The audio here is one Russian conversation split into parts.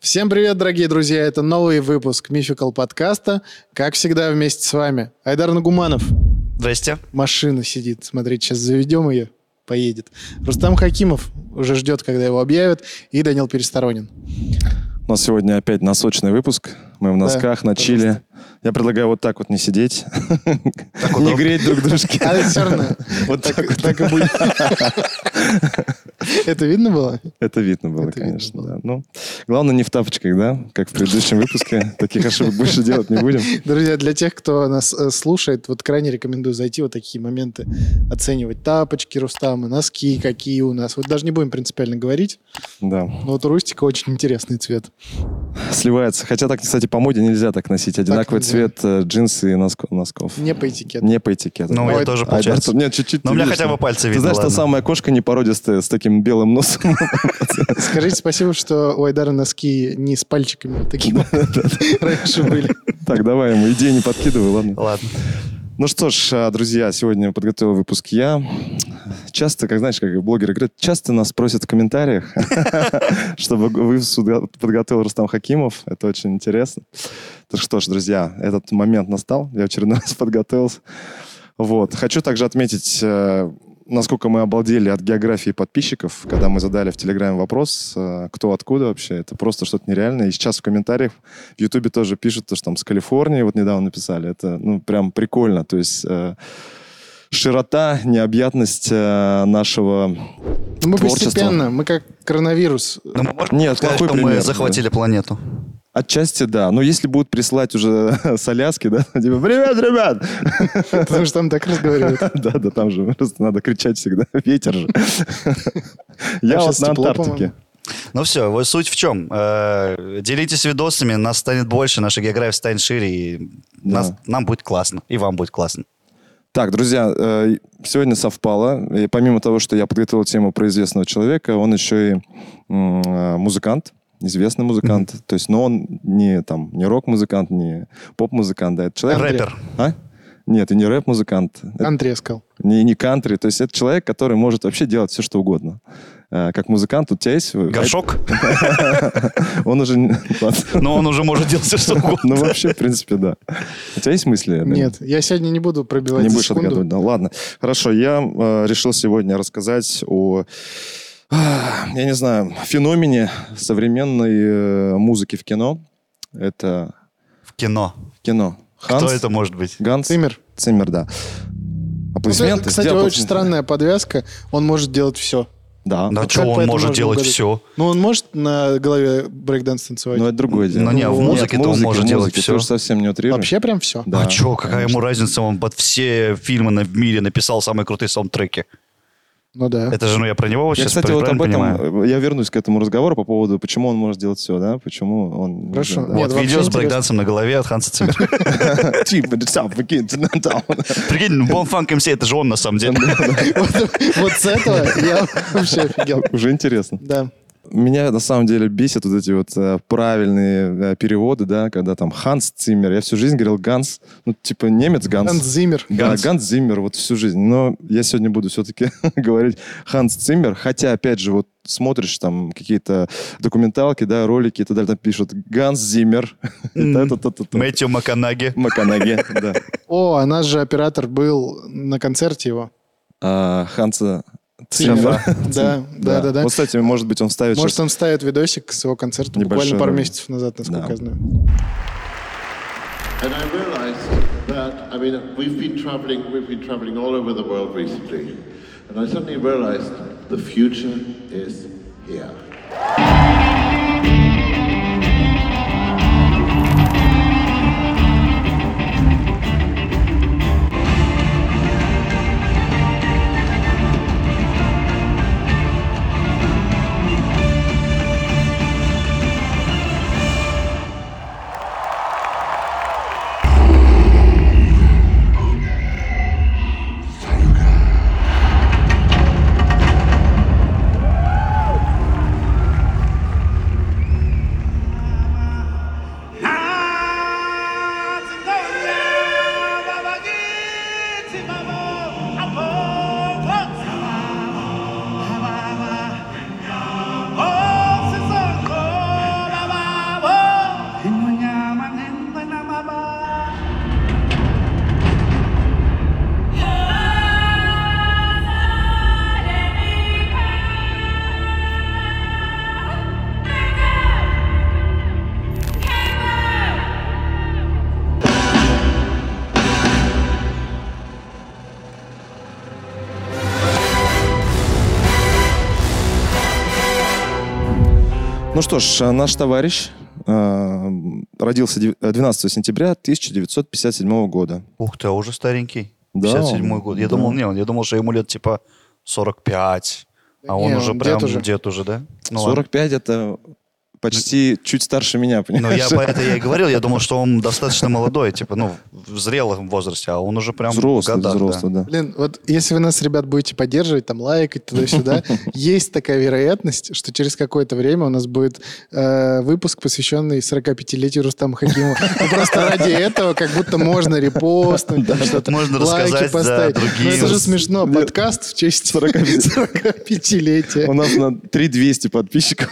Всем привет, дорогие друзья! Это новый выпуск Мификал подкаста. Как всегда, вместе с вами Айдар Нагуманов. Здрасте. Машина сидит. Смотрите, сейчас заведем ее, поедет. Рустам Хакимов уже ждет, когда его объявят. И Данил Пересторонин. У нас сегодня опять носочный выпуск. Мы в носках, на чиле. Я предлагаю вот так вот не сидеть, не удобно. греть друг дружки. А это всё равно. Вот так вот. Так и будет. Это видно было? Это видно было, Это видно конечно. было. да. Ну, главное не в тапочках, да, как в предыдущем выпуске. Таких ошибок больше делать не будем. Друзья, для тех, кто нас э, слушает, вот крайне рекомендую зайти вот такие моменты, оценивать тапочки Рустама, носки какие у нас. Вот даже не будем принципиально говорить, Да, но вот у Рустика очень интересный цвет. сливается. Хотя так, кстати, по моде нельзя так носить. Одинаковый нельзя. цвет э, джинсы и носко- носков. Не по этикету. Не по этикету. Ну, я Ой, тоже, а, получается. да, Нет, чуть-чуть. Но у ты меня видишь, хотя бы ну. пальцы Ты видно, знаешь, та ладно. самая кошка не породистая, с таким белым носом. Скажите спасибо, что у Айдара носки не с пальчиками вот такие вот раньше были. Так, давай ему идеи не подкидывай, ладно. Ладно. Ну что ж, а, друзья, сегодня подготовил выпуск я. Часто, как знаешь, как блогеры говорят, часто нас просят в комментариях, чтобы вы подготовил Рустам Хакимов. Это очень интересно. Так что ж, друзья, этот момент настал. Я в очередной раз подготовился. Вот. Хочу также отметить, э, насколько мы обалдели от географии подписчиков, когда мы задали в Телеграме вопрос, э, кто откуда вообще. Это просто что-то нереальное. И сейчас в комментариях в Ютубе тоже пишут, то, что там с Калифорнии вот недавно написали. Это, ну, прям прикольно. То есть э, широта, необъятность э, нашего... Ну, Мы Творчество. постепенно, мы как коронавирус. Ну, мы можем Нет, сказать, плохой что пример, мы да. захватили планету. Отчасти да. Но если будут присылать уже с Аляски, да, типа, привет, ребят! Потому что там так разговаривают. Да, да, там же просто надо кричать всегда. Ветер же. Я Там вот щас на тепло, Антарктике. по-моему. Ну все, вот суть в чем. Э, Делитесь видосами, нас станет больше, наша география станет шире, и Да. нас- нам будет классно, и вам будет классно. Так, друзья, э, сегодня совпало. И помимо того, что я подготовил тему про известного человека, он еще и м, э, музыкант, известный музыкант. То есть, но он не там не рок-музыкант, не поп-музыкант, да, это человек. Рэпер. А? Нет, и не рэп-музыкант. Это Андрей сказал. не, не кантри. То есть это человек, который может вообще делать все, что угодно. Э, Как музыкант, у тебя есть... Горшок? Он уже... не- ладно. Но он уже может делать все, что угодно. Ну, вообще, в принципе, да. У тебя есть мысли? Лена? Нет, я сегодня не буду пробивать Не за будешь секунду. отгадывать, да. Ладно. Хорошо, я э, решил сегодня рассказать о, а, я не знаю, феномене современной э, музыки в кино. Это В кино. кино. Ханс Кто это может быть? Ганс Циммер. Циммер, да. Вот Аплодисменты. это, Ну, кстати, Где очень аплодисменты? странная подвязка. Он может делать все. Да. Ну, Да как что, он поэтому может можно делать угадать? все. Ну, он может на голове брейкданс танцевать? Но ну, это другое дело. Но Ну, не, в Нет, музыке-то он музыке, может в делать музыке всё. ты уже совсем не утрируешь. Вообще прям все? Да, а что, какая ему разница, он под все фильмы на- в мире написал самые крутые саундтреки. Ну да. Это же, ну, я про него вообще Я, кстати, вот об этом, э, я вернусь к этому разговору по поводу, почему он может делать все, да, почему он... Хорошо. Нет, Да. Вот вообще видео с интересно. брейкдансом на голове от Ханса Циммера. Типа, сам выкинь, ну, down. Прикинь, Бонфанк МС, это же он на самом деле. Вот вот с этого я вообще офигел. Уже интересно. Да. Меня на самом деле бесят вот эти вот э, правильные э, переводы, да, когда там Ханс Циммер. Я всю жизнь говорил Ганс, ну типа немец Ганс. Ханс Зиммер. Да, Ганс. Ганс Циммер вот всю жизнь. Но я сегодня буду все-таки говорить Ханс Циммер. Хотя, опять же, вот смотришь там какие-то документалки, да, ролики и так далее, там пишут Ганс Зиммер. Мэтью Маканаги. Маканаги, да. О, а наш же оператор был на концерте его. А, Ханса Циммера. Циммера. Да, да, да, да. Вот, кстати, может быть, он вставит Может, щас- он ставит видосик с его концерта буквально Небольшой пару ролик. месяцев назад, насколько Да. я знаю. And I realized that, I mean, we've been traveling, we've been traveling all over the world recently. And I suddenly realized the future is here. Ну что ж, э, наш товарищ э, родился дев- э, 12 сентября 1957 года. Ух ты, а уже старенький. Да, 57 он- год. Я да. думал, не, он- я думал, что ему лет типа 45, Да а он не, уже он прям дед уже. дед уже, да? Ну ладно. 45 это почти чуть старше меня, Ну, понимаешь? я по это я и говорил, я думал, что он достаточно молодой, типа, ну, в зрелом возрасте, а он уже прям в Взрослый, годах, да. взрослый, да. Блин, вот если вы нас, ребят, будете поддерживать, там лайкать туда-сюда, есть такая вероятность, что через какое-то время у нас будет э, выпуск, посвященный 45-летию Рустама Хакимова. Ну, Просто ради этого как будто можно репостнуть, там что-то, Можно лайки рассказать, да, поставить. другим. Ну, Это же смешно, подкаст в честь 45-летия. У нас на 3200 подписчиков.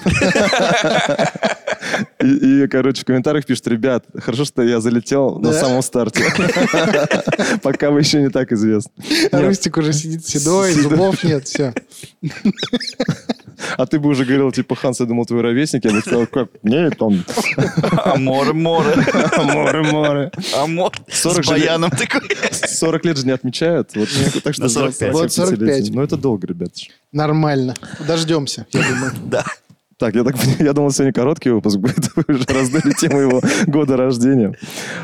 И, и, короче, в комментариях пишут, ребят, хорошо, что я залетел на Да. самом старте. Пока вы еще не так известны. А Нет, Рустик уже сидит седой, Седой. зубов нет, все. А ты бы уже говорил, типа, Ханс, я думал, твой ровесник. Я бы сказал, как? Нет, он... Амор, море, Море-море. амор. 40 а С же баяном такой. 40 лет же не отмечают. Вот, так что На 45. Вот 45. Ну, это долго, ребят. Нормально. Дождемся, я думаю. Да. Так, я так понимаю, я думал, сегодня короткий выпуск будет. Вы уже раздали тему его года рождения.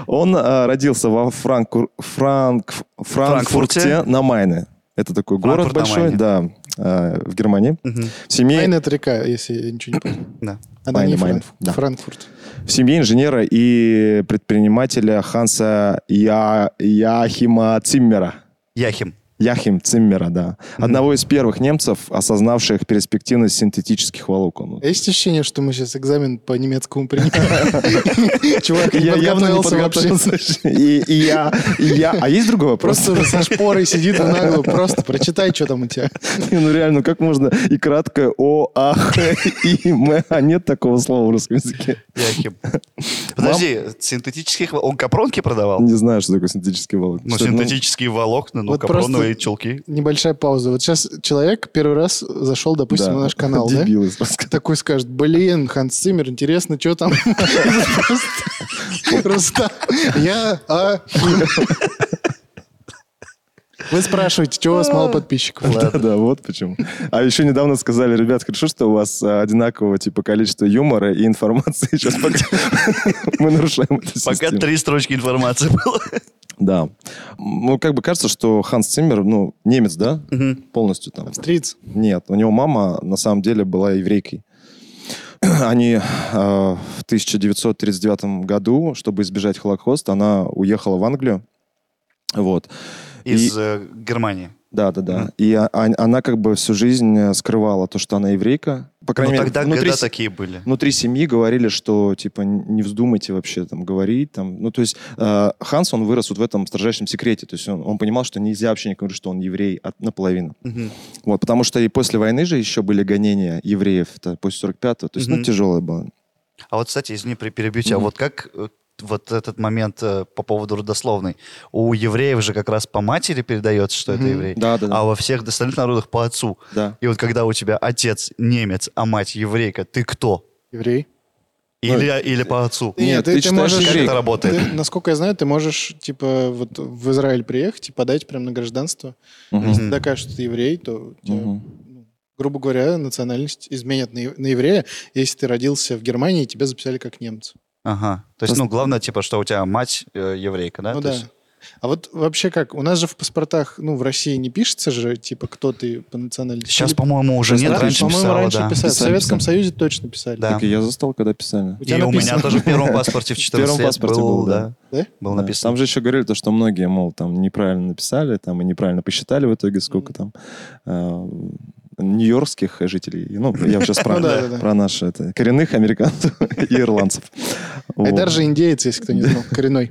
Он а, родился во Франкфур- Франк- Франкфурте. Франкфурте на Майне. Это такой город Франкфурт на большой, Майне. да, а, в Германии. В Майн семье, это река, если я ничего не понял. Да. Она не Майн, Майн, Франк- да. Франкфурт. в семье инженера и предпринимателя Ханса Я- Яхима Циммера. Яхим. Яхим Циммера, да. Одного из первых немцев, осознавших перспективность синтетических волокон. А Есть ощущение, что мы сейчас экзамен по немецкому принимаем? Чувак, не Я явно не подготовился вообще. подготовился. И, и я, и я. А есть другой вопрос? Просто уже со шпорой сидит в наглую. Просто прочитай, что там у тебя. Не, ну реально, как можно и краткое О, А, Х, И, М, а нет такого слова в русском языке. Яхим. Подожди, синтетических... вол- Он капронки продавал? Не знаю, что такое синтетический волокон. Ну, Что, синтетические волокна, ну, Вот капроновые просто- чулки. Небольшая пауза. Вот сейчас человек первый раз зашел, допустим, да, на наш канал, да? Дебилы, сразу сказал. Такой скажет, блин, Ханс Циммер, интересно, что там? Рустам, я а, Хим». Вы спрашиваете, чего у вас мало подписчиков? А. Да, да, вот почему. А еще недавно сказали, ребят, хорошо, что у вас а, одинакового типа количества юмора и информации. Сейчас пока мы нарушаем эту Пока систему. три строчки информации было. Да. Ну, как бы кажется, что Ханс Циммер, ну, немец, да? Полностью там. Австриец. Нет, у него мама на самом деле была еврейкой. Они э, в 1939 году, чтобы избежать Холокоста, она уехала в Англию. Вот. И- Из э, Германии. Да, да, да. И а- а- она как бы всю жизнь э, скрывала то, что она еврейка. По крайней Ну, мере, тогда внутри, года с- такие были. внутри семьи говорили, что типа н- не вздумайте вообще там говорить. Там. Ну, то есть э, Ханс, он вырос вот в этом строжайшем секрете. То есть он, он понимал, что нельзя вообще не говорить, что он еврей от, наполовину. Мгм. Вот, потому что и после войны же еще были гонения евреев, это после 45-го, то есть, ну, Мгм. тяжелое было. А вот, кстати, извини, при- перебью тебя, Мгм. вот как э, вот этот момент э, по поводу родословной. У евреев же как раз по матери передается, что это Мгм. еврей. Да, да, да. А во всех остальных народах по отцу. Да. И вот когда у тебя отец немец, а мать еврейка, ты кто? Еврей. Ну, Или, или по отцу? Нет, Нет, ты ты, ты читаешь можешь... Как еврей. это работает? Ты, насколько я знаю, ты можешь, типа, вот в Израиль приехать и подать прям на гражданство. Мгм. Если ты докажешь, что ты еврей, то у тебя, Мгм. ну, грубо говоря, национальность изменят на, е- на еврея. Если ты родился в Германии, тебя записали как немца. Ага. То есть, Просто- ну, главное, типа, что у тебя мать э, еврейка, да? ну То да. есть- А вот вообще как? У нас же в паспортах, ну, в России не пишется же, типа, кто ты по национальности. Сейчас, Или- по-моему, уже Да, нет, раньше по-моему, писала, раньше да. писали. В Писали, Советском писали. Союзе точно писали. Да. Так и я застал, когда писали. У тебя И у написано- меня тоже в первом паспорте в 14 первом лет паспорте был, был, да. да, Да? был Да. написан. Там же еще говорили то, что многие, мол, там неправильно написали, там и неправильно посчитали в итоге, сколько там э, нью-йоркских жителей. Ну, я сейчас про, Ну да, да, да. про наши это, коренных американцев и ирландцев. Айдар Вот. же индеец, если кто не знал, коренной.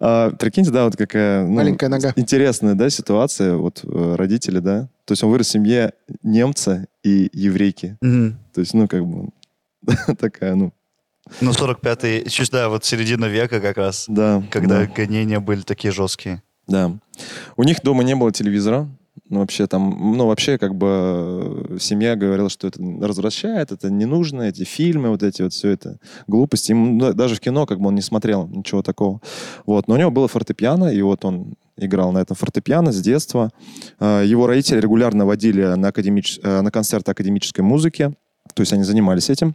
А, прикиньте, да, вот какая ну, Маленькая нога. интересная да, ситуация, вот э, родители, да, то есть он вырос в семье немца и еврейки, Мгм. то есть, ну, как бы, такая, ну, Ну, 45-й, чуть, да, вот середина века как раз, да. когда да, гонения были такие жесткие. да. У них дома не было телевизора, ну, вообще там, ну, вообще, как бы, э, семья говорила, что это развращает, это не нужно, эти фильмы, вот эти вот, все это, глупости. Ему да- даже в кино, как бы, он не смотрел ничего такого. Вот, но у него было фортепиано, и вот он играл на этом фортепиано с детства. Э, Его родители регулярно водили на, академич- э, на концерты академической музыки. то есть они занимались этим.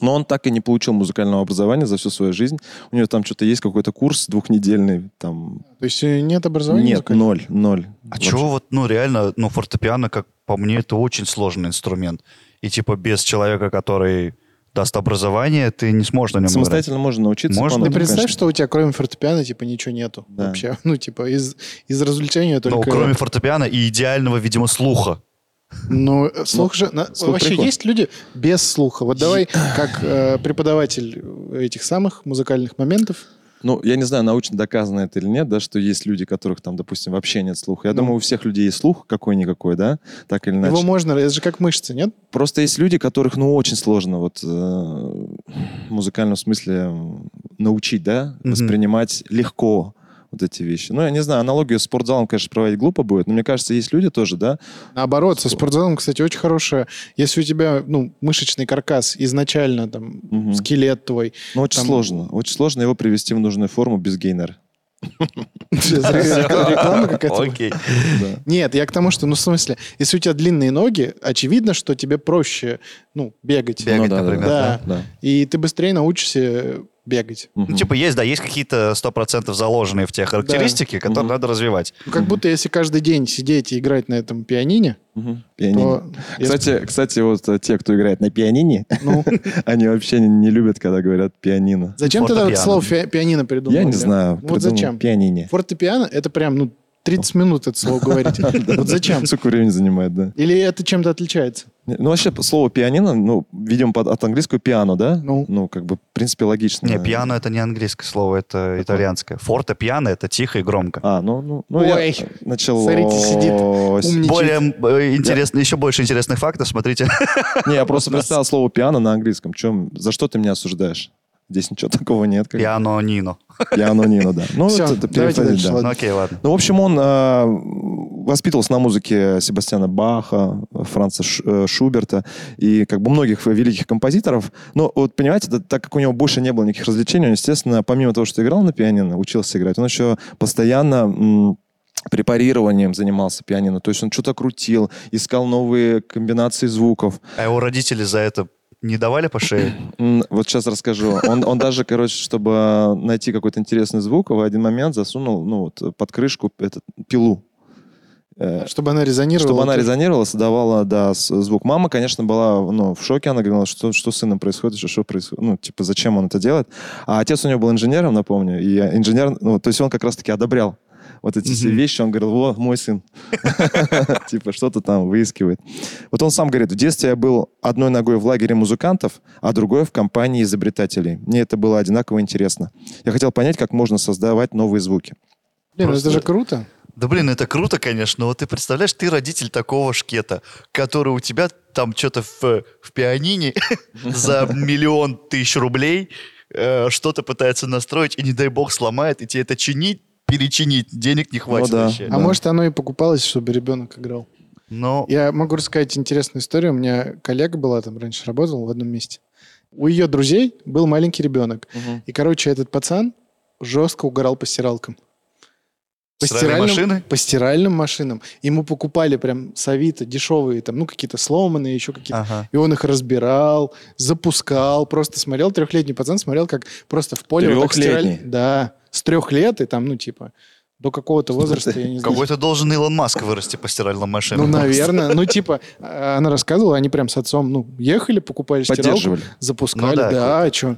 Но он так и не получил музыкального образования за всю свою жизнь. У него там что-то есть, какой-то курс двухнедельный. Там... То есть э, нет образования? Нет, музыкального? ноль, ноль. А чего вот, ну реально, ну фортепиано, как по мне, это очень сложный инструмент. И типа без человека, который даст образование, ты не сможешь на нем играть. Самостоятельно можно научиться. Можно? по Ну, Ты нотам, представь, конечно. что у тебя кроме фортепиано, типа, ничего нету Да. вообще. Ну, типа, из, из развлечения только... Ну, кроме фортепиано и идеального, видимо, слуха. Ну, э, слух же... на- слух Вообще прикол. есть люди без слуха. Вот давай, как э, преподаватель этих самых музыкальных моментов, Ну, я не знаю, научно доказано это или нет, да, что есть люди, которых там, допустим, вообще нет слуха. Я Ну. думаю, у всех людей есть слух какой-никакой, да, так или иначе. его можно... Это же как мышцы, нет? Просто есть люди, которых, ну, очень сложно вот э, в музыкальном смысле м, научить, да, Мгм. воспринимать легко вот эти вещи. Ну, я не знаю, аналогию с спортзалом, конечно, проводить глупо будет, но мне кажется, есть люди тоже, да, Наоборот, со спортзалом, кстати, очень хорошая. Если у тебя, ну, мышечный каркас изначально, там, Мгм. скелет твой... но очень Там- сложно. Очень сложно его привести в нужную форму без гейнера. Реклама какая-то. Окей. Да. Нет, я к тому, что, ну, в смысле, если у тебя длинные ноги, очевидно, что тебе проще, ну, бегать. Бегать, Ну да, да, например, да. да. Да. И ты быстрее научишься бегать. Ну, Мгм. типа, есть, да, есть какие-то 100% заложенные в те характеристики, которые Мгм. надо развивать. Ну, как будто если каждый день сидеть и играть на этом пианине, Мгм. Пианино. то... Кстати, кстати, вот э, те, кто играет на пианине, если- ну, они вообще не, не любят, когда говорят пианино. зачем тогда вот Фортепиано. слово фи- пианино придумал? Ну, Я не знаю. Вот зачем? Пианине. Фортепиано — это прям, ну, 30 минут это слово говорить. Вот зачем? Сколько времени занимает, да? Или это чем-то отличается? Не, Ну, вообще, по- слово пианино, ну, видимо, под- от английского пиано, да? Ну. как бы, в принципе, логично. Не, пиано это не английское слово, это итальянское. Форте пиано это тихо и громко. А, ну, ну, ну Ой, я начал... смотрите, сидит умничает. Более э, интересно, еще больше интересных фактов, смотрите. Не, я просто у нас. представил слово пиано на английском. Чем, за что ты меня осуждаешь? Здесь ничего такого нет. Как... Пиано Нино. Пиано, Нино, да. Ну, Всё, вот это давайте перефразить, дальше, да. ладно. Ну окей, ладно. Ну, в общем, он э, воспитывался на музыке Себастьяна Баха, Франца Ш- э, Шуберта и как бы многих великих композиторов. Но вот понимаете, да, так как у него больше не было никаких развлечений, он, естественно, помимо того, что играл на пианино, учился играть, он еще постоянно м, препарированием занимался пианино. То есть он что-то крутил, искал новые комбинации звуков. А его родители за это не давали по шее? М, Вот сейчас расскажу. Он, он даже, короче, чтобы найти какой-то интересный звук, в один момент засунул ну, вот, под крышку этот, пилу. Э, Чтобы она резонировала. Чтобы она резонировала, создавала, да, с- звук. Мама, конечно, была ну, в шоке. Она говорила, что, что с сыном происходит, что, что происходит. Ну, типа, зачем он это делает? А отец у него был инженером, напомню. И инженер, ну, то есть он как раз-таки одобрял вот эти все Мгм. вещи. Он говорил, вот, мой сын. Типа, что-то там выискивает. Вот он сам говорит, в детстве я был одной ногой в лагере музыкантов, а другой в компании изобретателей. Мне это было одинаково интересно. Я хотел понять, как можно создавать новые звуки. Блин, ну, Просто- это же круто. Да блин, это круто, конечно, но вот ты представляешь, ты родитель такого шкета, который у тебя там что-то в, в пианине за миллион тысяч рублей э, что-то пытается настроить, и не дай бог сломает, и тебе это чинить, перечинить, денег не хватит да. вообще. А Да. может, оно и покупалось, чтобы ребенок играл. Но Я могу рассказать интересную историю. У меня коллега была там раньше работала в одном месте. У ее друзей был маленький ребенок. И, короче, этот пацан жестко угорал по стиралкам. Стиральные машины? По стиральным машинам. Ему покупали прям с Авито дешевые, там, ну, какие-то сломанные, еще какие-то. Ага. И он их разбирал, запускал, просто смотрел. Трехлетний пацан смотрел, как просто в поле... вот так Трехлетний? стираль- Да, с трех лет и там, ну, типа, до какого-то возраста, я не знаю. какой-то должен Илон Маск вырасти по стиральным машинам. Ну, наверное. Ну, типа, а, она рассказывала, они прям с отцом, ну, ехали, покупали стиралку, Поддерживали. запускали, Ну да, да, а что?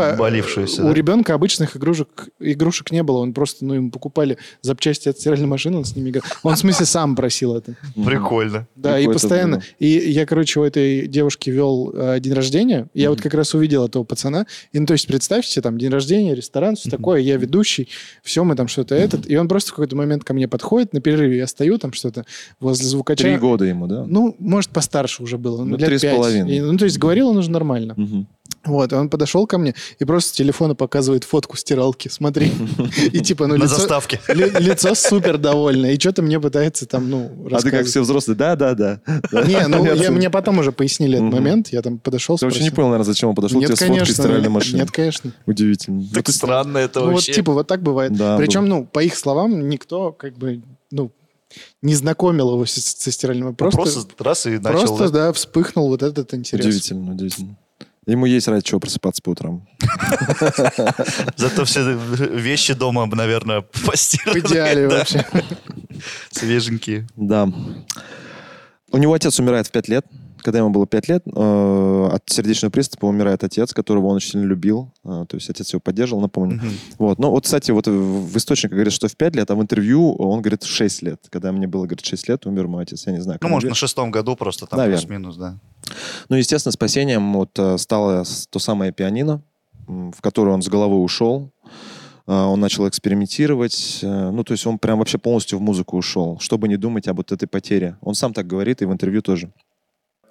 Полуразбалившуюся, у да. ребенка обычных игрушек, игрушек не было, он просто, ну, ему покупали запчасти от стиральной машины, он с ними играл. Он, в смысле, сам просил это. Прикольно. Да, и Какое-то постоянно. было. И я, короче, у этой девушки вел э, день рождения. И Я вот как раз увидел этого пацана. И, ну, то есть, представьте, себе, там день рождения, ресторан, все такое. Я ведущий, все, мы там что-то этот. И он просто в какой-то момент ко мне подходит на перерыве. Я стою там что-то возле звукача. Три года ему, да? Ну, может, постарше уже было. Ну, Ну, лет три с пять. половиной. И, Ну, то есть, говорил он уже нормально. Мгм. Вот, и он подошел ко мне и просто с телефона показывает фотку стиралки. Смотри. И типа, ну, На лицо... заставке. ли- Лицо супер довольное. И что-то мне пытается там, ну, А ты как рассказывать. все взрослые, да-да-да. Не, ну, Нет, я, мне потом уже пояснили этот Мгм. момент. Я там подошел, Ты вообще не спросил. понял, наверное, зачем он подошел к тебе с фоткой стиральной машины. Нет, конечно. Удивительно. Так странно это Ну, вот вообще. типа вот так бывает. Да, Причем, ну, по их словам, никто как бы, ну, не знакомил его с- со стиральным Просто, вопросом. Просто, раз и начал. просто да? да? вспыхнул вот этот интерес. Удивительно, удивительно. Ему есть ради чего просыпаться по утрам. Зато все вещи дома, наверное, В постираны. идеале да, вообще. Свеженькие. Да. У него отец умирает в 5 лет. Когда ему было 5 лет, э, от сердечного приступа умирает отец, которого он очень сильно любил. Э, то есть отец его поддерживал, напомню. Вот. Но вот, кстати, вот в в источниках говорит, что в 5 лет, а в интервью он говорит в 6 лет. Когда мне было, говорит, 6 лет, умер мой отец. Я не знаю. Ну, кому может, верить. на шестом году просто там Наверно. плюс-минус, да. Ну, естественно, спасением вот э, стало с- то самое пианино, м, в которое он с головой ушел. Э, Он начал экспериментировать. э, Ну, то есть он прям вообще полностью в музыку ушел, чтобы не думать об вот этой потере. Он сам так говорит и в интервью тоже.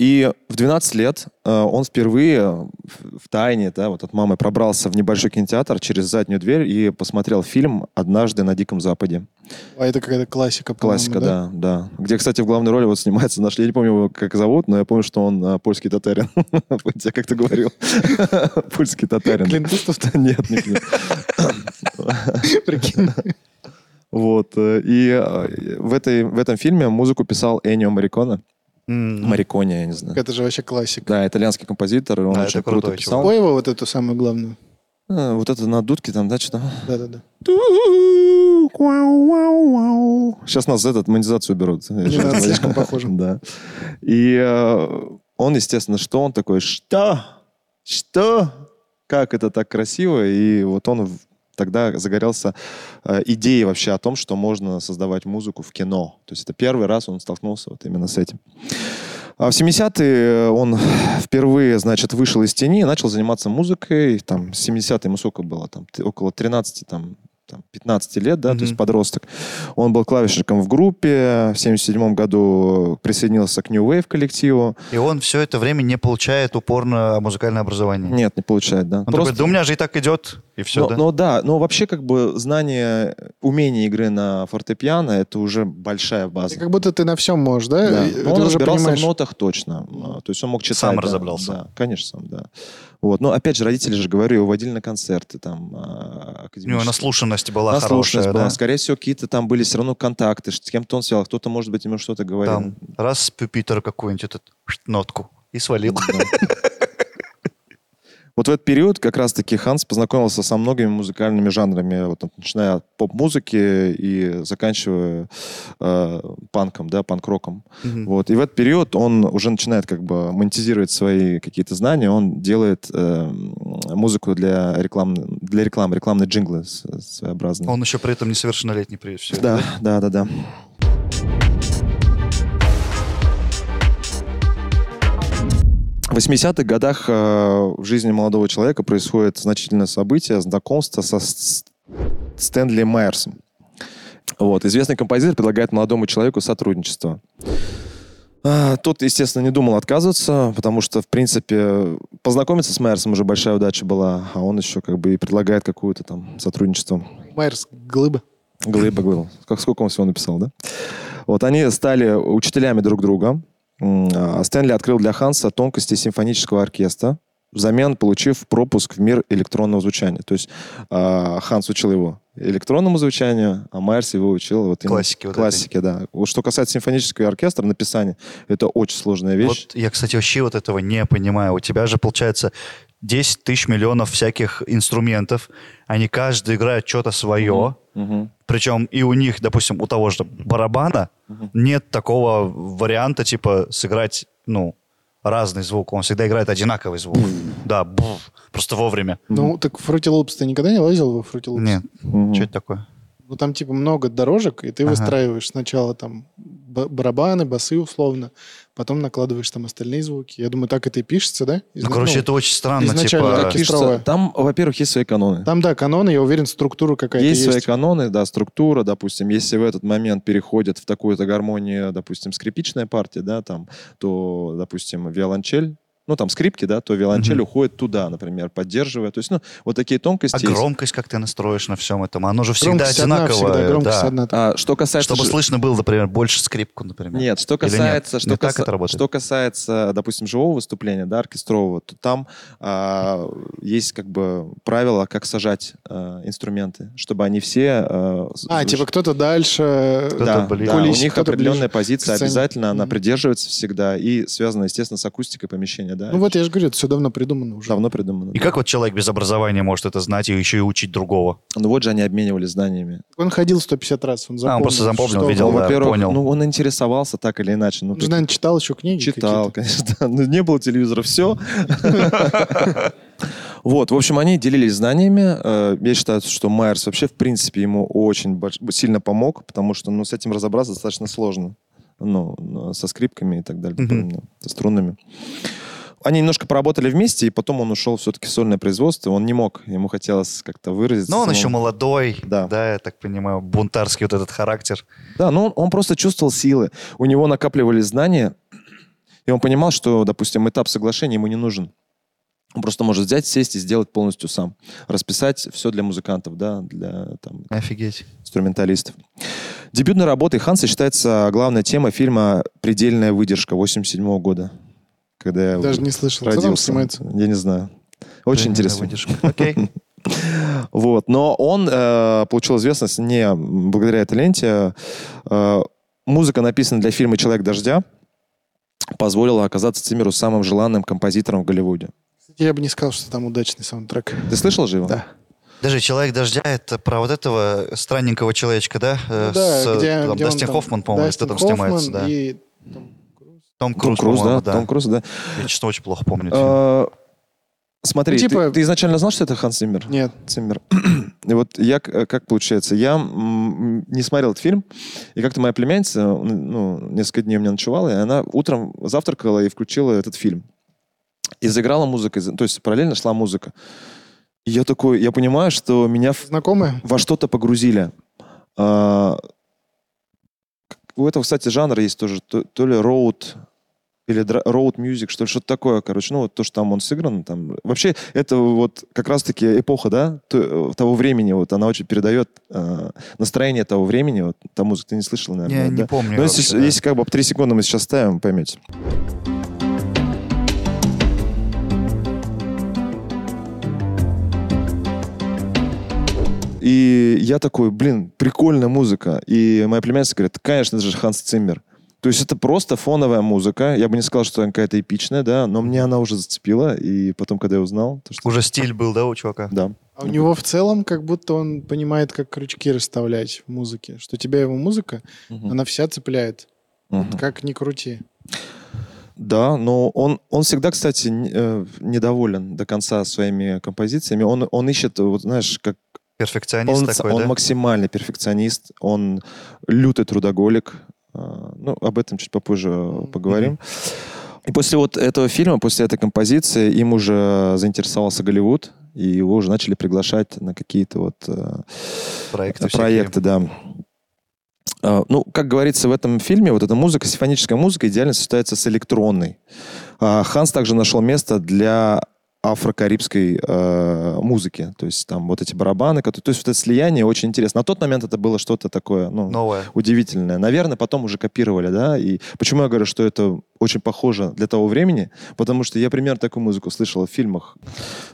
И в 12 лет э, он впервые в тайне, да, вот от мамы пробрался в небольшой кинотеатр через заднюю дверь и посмотрел фильм «Однажды на Диком Западе». А это какая-то классика, по-моему, Классика, да? да, Где, кстати, в главной роли вот снимается наш... Я не помню его, как зовут, но я помню, что он э, польский татарин. Вот Я как-то говорил. Польский татарин. Клинтустов, Нет, не Клин. прикинь. Вот. э, И э, в, этой, в этом фильме музыку писал Энио Марикона. М, Мариконе, я не знаю. Это же вообще классика. Да, итальянский композитор, и он Да, это очень круто крутой писал. Спой его вот эту самую главную. Э, Вот это на дудке там, да, что-то? Да-да-да. Сейчас нас этот монетизацию берут. надо, слишком похоже. Да. И э, он, естественно, что он такой? Что? Что? Как это так красиво? И вот он в- тогда загорелся э, идеей вообще о том, что можно создавать музыку в кино. То есть это первый раз он столкнулся вот именно с этим. А в 70-е он впервые, значит, вышел из тени и начал заниматься музыкой. Там 70-е ему сколько было? Там т- около 13, там, там 15 лет, да, то есть Мгм. подросток. Он был клавишником в группе. В 77 году присоединился к New Wave коллективу. И он все это время не получает упорно музыкальное образование. Нет, не получает, да. Он такой, да у меня же и так идет, и все, но, да? но да, но вообще как бы знание, умение игры на фортепиано это уже большая база. И Как будто ты на всем можешь, да? Да. Ну, И Но ты Он уже разбирался понимаешь. в нотах точно. А, То есть он мог читать. Сам да, разобрался. Да, конечно, сам, да. Вот. Но опять же, родители же, говорю, его водили на концерты там Ну, У а, него академические. наслушанность была Наслушанность хорошая, была. да? Скорее всего, какие-то там были все равно контакты, с кем-то он связал, кто-то, может быть, ему что-то говорил. Там раз Питер какую-нибудь этот шт, нотку и свалил. Вот в этот период как раз-таки Ханс познакомился со многими музыкальными жанрами, вот, там, начиная от поп-музыки и заканчивая э, панком, да, панк-роком. Мгм. Вот. И в этот период он уже начинает как бы монетизировать свои какие-то знания. Он делает э, музыку для рекламы, для рекламы, рекламные джинглы с- своеобразные. Он еще при этом несовершеннолетний при всё это, Да, да, да, да. В 80-х годах э, в жизни молодого человека происходит значительное событие, знакомство со С- Стэнли Майерсом. Вот. Известный композитор предлагает молодому человеку сотрудничество. А, Тот, естественно, не думал отказываться, потому что, в принципе, познакомиться с Майерсом уже большая удача была, а он еще как бы и предлагает какое-то там сотрудничество. Майерс, глыба. Глыба Глыба. Как сколько он всего написал, да? Вот они стали учителями друг друга. М, а Стэнли открыл для Ханса тонкости симфонического оркестра, взамен получив пропуск в мир электронного звучания. То есть а, Ханс учил его электронному звучанию, а Майерс его учил вот именно Классике вот этой. классике, да. Вот что касается симфонического оркестра, написание это очень сложная вещь. Вот я, кстати, вообще вот этого не понимаю. У тебя же, получается, 10 тысяч миллионов всяких инструментов. Они каждый играет что-то свое. Мгм. Причем и у них, допустим, у того же барабана нет такого варианта, типа, сыграть, ну, разный звук. Он всегда играет одинаковый звук. Да, був. просто вовремя. Ну, так в Fruity Loops ты никогда не лазил во Fruity Loops? Нет, Мгм. что это такое? Ну, там, типа, много дорожек, и ты Ага. выстраиваешь сначала там ба- барабаны, басы условно, потом накладываешь там остальные звуки. Я думаю, так это и пишется, да? Изна- Ну, короче, ну, это очень странно, изначально типа... так и- оркестровая. Там, во-первых, есть свои каноны. Там, да, каноны, я уверен, структура какая-то есть есть. свои каноны, да, структура, допустим, если в этот момент переходит в такую-то гармонию, допустим, скрипичная партия, да, там, то, допустим, виолончель, ну, там, скрипки, да, то виолончель уходит туда, например, поддерживая. То есть, ну, вот такие тонкости А есть. громкость как ты настроишь на всем этом? Оно же всегда Громкость одна одинаковое. всегда, громкость да. одна. А, что касается... Чтобы ж- слышно было, например, больше скрипку, например. Нет, что Или нет? касается, Не Что, так каса- это работает? что касается, допустим, живого выступления, да, оркестрового, то там а, есть как бы правило, как сажать а, инструменты, чтобы они все... а, с- А, типа кто-то дальше... Кто-то да, ближе. да, у Кулисик, них кто-то определенная ближе позиция к сцене. обязательно, она Мгм. придерживается всегда и связана, естественно, с акустикой помещения, да. Ну вот я же говорю, это все давно придумано уже. Давно придумано. И как вот человек без образования может это знать и еще и учить другого? Ну вот же они обменивались знаниями. Он ходил 150 раз, он запомнил. А, просто запомнил, что- видел, Он да, во-первых, понял. ну он интересовался так или иначе. Ну, же, наверное, читал еще книги какие-то. Читал, конечно. да. Ну, не было телевизора, все. Вот, в общем, они делились знаниями. Э, Я считаю, что Майерс вообще, в принципе, ему очень больш- сильно помог, потому что, ну, с этим разобраться достаточно сложно. Ну, ну, со скрипками и так далее, Мгм. подобное, со струнами. Они немножко поработали вместе, и потом он ушел все-таки в сольное производство. Он не мог, ему хотелось как-то выразиться. Но Ну, он самому. еще молодой, Да. да, я так понимаю, бунтарский вот этот характер. Да, но он, он просто чувствовал силы. У него накапливались знания, и он понимал, что, допустим, этап соглашения ему не нужен. Он просто может взять, сесть и сделать полностью сам. Расписать все для музыкантов, да, для там, Офигеть. инструменталистов. Дебютной работой Ханса считается главная тема фильма «Предельная выдержка» 87 года. Когда я Даже не слышал. Кто там родился. снимается? Я не знаю. Очень интересно. Выдержка. Окей. Вот, но он э, получил известность не благодаря этой ленте. Э, музыка, написанная для фильма «Человек дождя», позволила оказаться Цимеру самым желанным композитором в Голливуде. Кстати, я бы не сказал, что там удачный саундтрек. Ты слышал же его? Да. Даже «Человек дождя» — это про вот этого странненького человечка, да? Э, Ну да, С, где, там, где он Дастин там? Хоффман, по-моему, если Дастин там Хоффман снимается, да. и Том Том Круз, Круз, да? по-моему, Том Круз, да. Я, честно, очень плохо помню. этот фильм. Э, смотри, Ну, типа- ты, ты изначально знал, что это Ханс Циммер? Нет. Циммер. И вот я, к- э, как получается, я м, не смотрел этот фильм, и как-то моя племянница, ну, несколько дней у меня ночевала, и она утром завтракала и включила этот фильм. И заиграла музыка, и за- то есть параллельно шла музыка. И я такой, я понимаю, что меня в- Знакомые? во что-то погрузили. А, к- У этого, кстати, жанра есть тоже, то, то ли роуд или дра- роуд мюзик, что ли, что-то такое, короче. Ну, вот то, что там он сыгран, там... Вообще, это вот как раз-таки эпоха, да, то- э, того времени, вот, она очень передает э, настроение того времени, вот, та музыка, ты не слышал, наверное, Я не да? помню Э, Ну, если, вообще, да. если как бы 3 секунды мы сейчас ставим, поймете. И я такой, блин, прикольная музыка. И моя племянница говорит, конечно же, Ханс Циммер. То есть это просто фоновая музыка. Я бы не сказал, что она какая-то эпичная, да, но мне она уже зацепила. И потом, когда я узнал, то что... Уже стиль был, да, у чувака? Да. А у него в целом как будто он понимает, как крючки расставлять в музыке. Что тебя его музыка, Мгм. она вся цепляет. Мгм. Как ни крути. Да, но он, он всегда, кстати, н- э, недоволен до конца своими композициями. Он, он ищет, вот знаешь, как Перфекционист он, такой, он да? максимальный перфекционист, он лютый трудоголик. А, Ну, об этом чуть попозже э, поговорим. И после вот этого фильма, после этой композиции, им уже заинтересовался Голливуд, и его уже начали приглашать на какие-то вот э, Проекты всякие. проекты, да. А, Ну, как говорится в этом фильме, вот эта музыка, симфоническая музыка идеально сочетается с электронной. А, Ханс также нашел место для афрокарибской э, музыки. То есть там вот эти барабаны, которые... То есть вот это слияние очень интересно. На тот момент это было что-то такое, ну, Новое. удивительное. Наверное, потом уже копировали, да? И почему я говорю, что это очень похоже для того времени? Потому что я примерно такую музыку слышал в фильмах.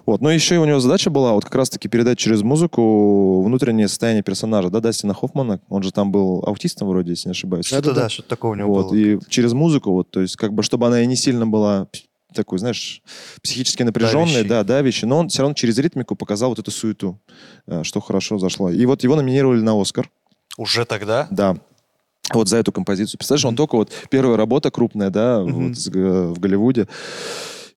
Вот. Но еще и у него задача была вот как раз-таки передать через музыку внутреннее состояние персонажа, да, Дастина Хоффмана. Он же там был аутистом вроде, если не ошибаюсь. Что-то, да, что-то такое у него Вот. было. И через музыку, вот, то есть как бы, чтобы она и не сильно была пс- такой, знаешь, психически напряженной, Давящей. да, давящей, но он все равно через ритмику показал вот эту суету, э, что хорошо зашло. И вот его номинировали на «Оскар». Уже тогда? Да. Вот за эту композицию. Представляешь, он только вот первая работа крупная, да, Мгм. вот с г- в Голливуде.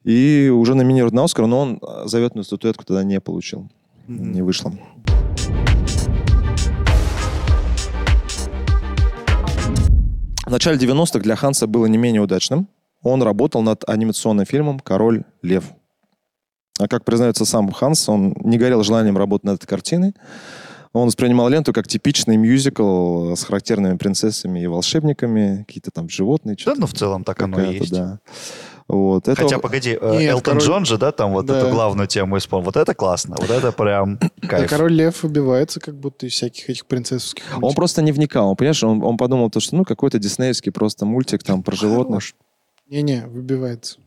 И уже номинирован на Оскар, но он э, заветную статуэтку тогда не получил. Мгм. Не вышло. В начале 90-х для Ханса было не менее удачным. Он работал над анимационным фильмом «Король лев». А как признается сам Ханс, он не горел желанием работать над этой картиной. Он воспринимал ленту как типичный мюзикл с характерными принцессами и волшебниками, какие-то там животные. Да, что-то ну в целом так оно и какая-то, есть. да. Вот. Это... Хотя, погоди, э, Нет, Элтон король- Джон же, да, там вот Да. эту главную тему исполнил. Вот это классно, вот это прям А кайф. король лев убивается как будто из всяких этих принцессовских Он мультиков. просто не вникал, он, понимаешь, он, он подумал, то, что ну какой-то диснеевский просто мультик там про животных. Не-не, выбивается.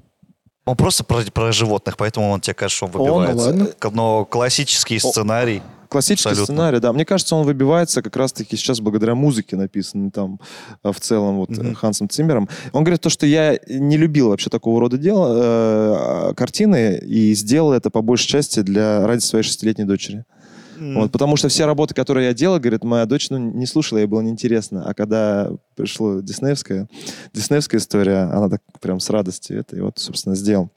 Он просто про, про животных, поэтому он тебе кажется, что он выбивается. ну ладно. К- Но классический сценарий. Классический Абсолютно. сценарий, да. Мне кажется, он выбивается как раз-таки сейчас благодаря музыке, написанной там э, в целом вот э, Мгм. Хансом Циммером. Он говорит то, что я не любил вообще такого рода дела, э, картины, и сделал это по большей части для ради своей шестилетней дочери. м, Вот, потому что все работы, которые я делал, говорит, моя дочь ну, не слушала, ей было неинтересно. А когда пришла диснеевская, диснеевская история, она так прям с радостью это, и вот, собственно, сделал.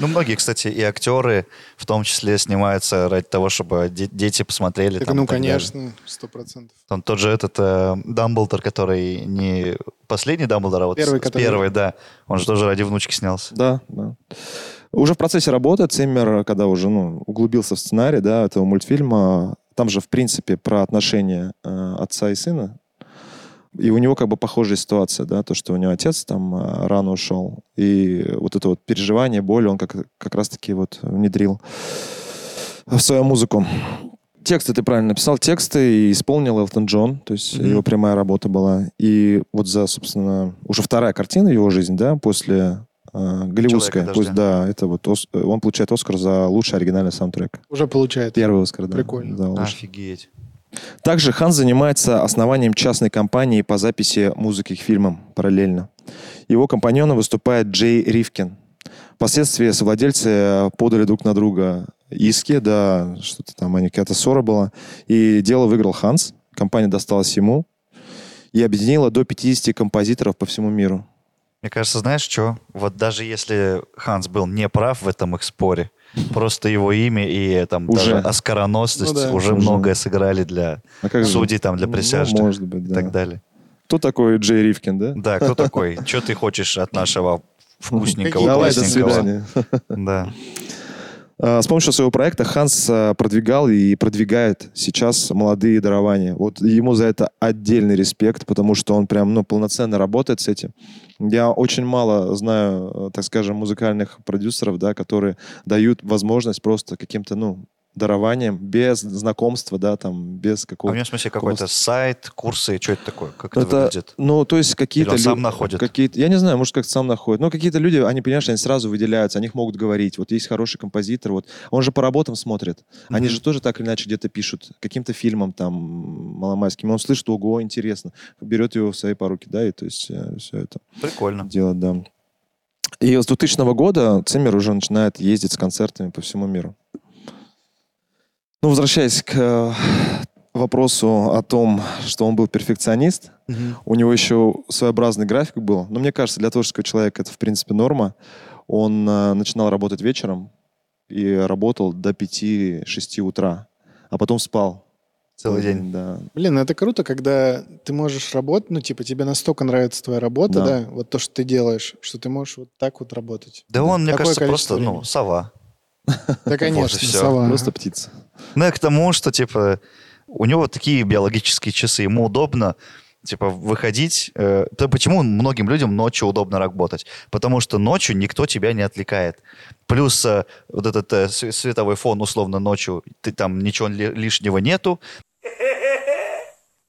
Ну, многие, кстати, и актеры в том числе снимаются ради того, чтобы де- дети посмотрели. Так, там, и ну, так далее. конечно, сто процентов. Там тот же этот э, Дамблдор, который не последний Дамблдор, а вот Первый, с- с который- первый, да. Он же тоже ради внучки снялся. Да, да. Уже в процессе работы Циммер, когда уже ну, углубился в сценарий да, этого мультфильма, там же, в принципе, про отношения э, отца и сына. И у него как бы похожая ситуация, да, то, что у него отец там э, рано ушел. И вот это вот переживание, боль он как, как раз-таки вот внедрил в свою музыку. Тексты ты правильно написал, тексты и исполнил Элтон Джон, то есть Мгм. его прямая работа была. И вот за, собственно, уже вторая картина его жизни, да, после э, голливудская. «Человека Пусть, да, это вот Ос- э, он получает Оскар за лучший оригинальный саундтрек. Уже получает. Первый Оскар, да. Прикольно. Да, лучший. Офигеть. Также Хан занимается основанием частной компании по записи музыки к фильмам параллельно. Его компаньоном выступает Джей Ривкин. Впоследствии совладельцы э, подали друг на друга иски, да, что-то там, они- какая-то ссора была. И дело выиграл Ханс, компания досталась ему и объединила до 50 композиторов по всему миру. Мне кажется, знаешь что? Вот даже если Ханс был не прав в этом их споре, просто его имя и э, там Уже. даже оскароносность Ну да. уже, Уже. многое сыграли для А как же? судей, там, для Ну, присяжных может быть, и так да. далее. Кто такой Джей Ривкин, да? Да, кто такой? Что ты хочешь от нашего вкусненького, Давай, до классненького? свидания. Да. А, С помощью своего проекта Ханс а, продвигал и продвигает сейчас молодые дарования. Вот ему за это отдельный респект, потому что он прям ну, полноценно работает с этим. Я очень мало знаю, э, так скажем, музыкальных продюсеров, да, которые дают возможность просто каким-то, ну, дарованием, без знакомства, да, там, А без у какого-то... меня, в смысле, какой-то сайт, курсы, что это такое? Как это, Это, выглядит? ну, то есть какие-то Или он лю- сам находит? Какие-то, я не знаю, может, как-то сам находит. Но какие-то люди, они, понимаешь, они сразу выделяются, о них могут говорить. Вот есть хороший композитор, вот он же по работам смотрит. Они Мгм. же тоже так или иначе где-то пишут каким-то фильмом там маломайским. Он слышит, ого, интересно, берет его в свои поруки, да, и то есть все это Прикольно. делать, да. И с 2000 года Циммер уже начинает ездить с концертами по всему миру. Ну, возвращаясь к э, вопросу о том, что он был перфекционист, у него еще своеобразный график был. Но мне кажется, для творческого человека это, в принципе, норма. Он э, начинал работать вечером и работал до 5-6 утра, а потом спал. Целый день. Да. Блин, это круто, когда ты можешь работать, ну, типа, тебе настолько нравится твоя работа, Да. да, вот то, что ты делаешь, что ты можешь вот так вот работать. Да он, мне Такое кажется, количество просто, ну, времени. сова. Да, конечно, всё. сова. Просто птица. Ну, и к тому, что, типа, у него такие биологические часы, ему удобно, типа, выходить. э, то почему многим людям ночью удобно работать? Потому что ночью никто тебя не отвлекает. Плюс э, вот этот э, св- световой фон, условно, ночью, ты там ничего ли- лишнего нету,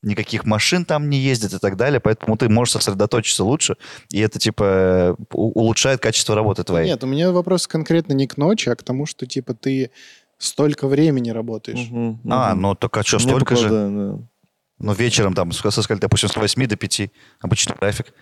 никаких машин там не ездит и так далее, поэтому ты можешь сосредоточиться лучше, и это, типа, у- улучшает качество работы твоей. Нет, у меня вопрос конкретно не к ночи, а к тому, что, типа, ты столько времени работаешь. Мгм, А, мгм. ну так а что, Не столько же? покладаю, да. Ну, вечером там, со со скольки, допустим, с 8 до 5, обычный график.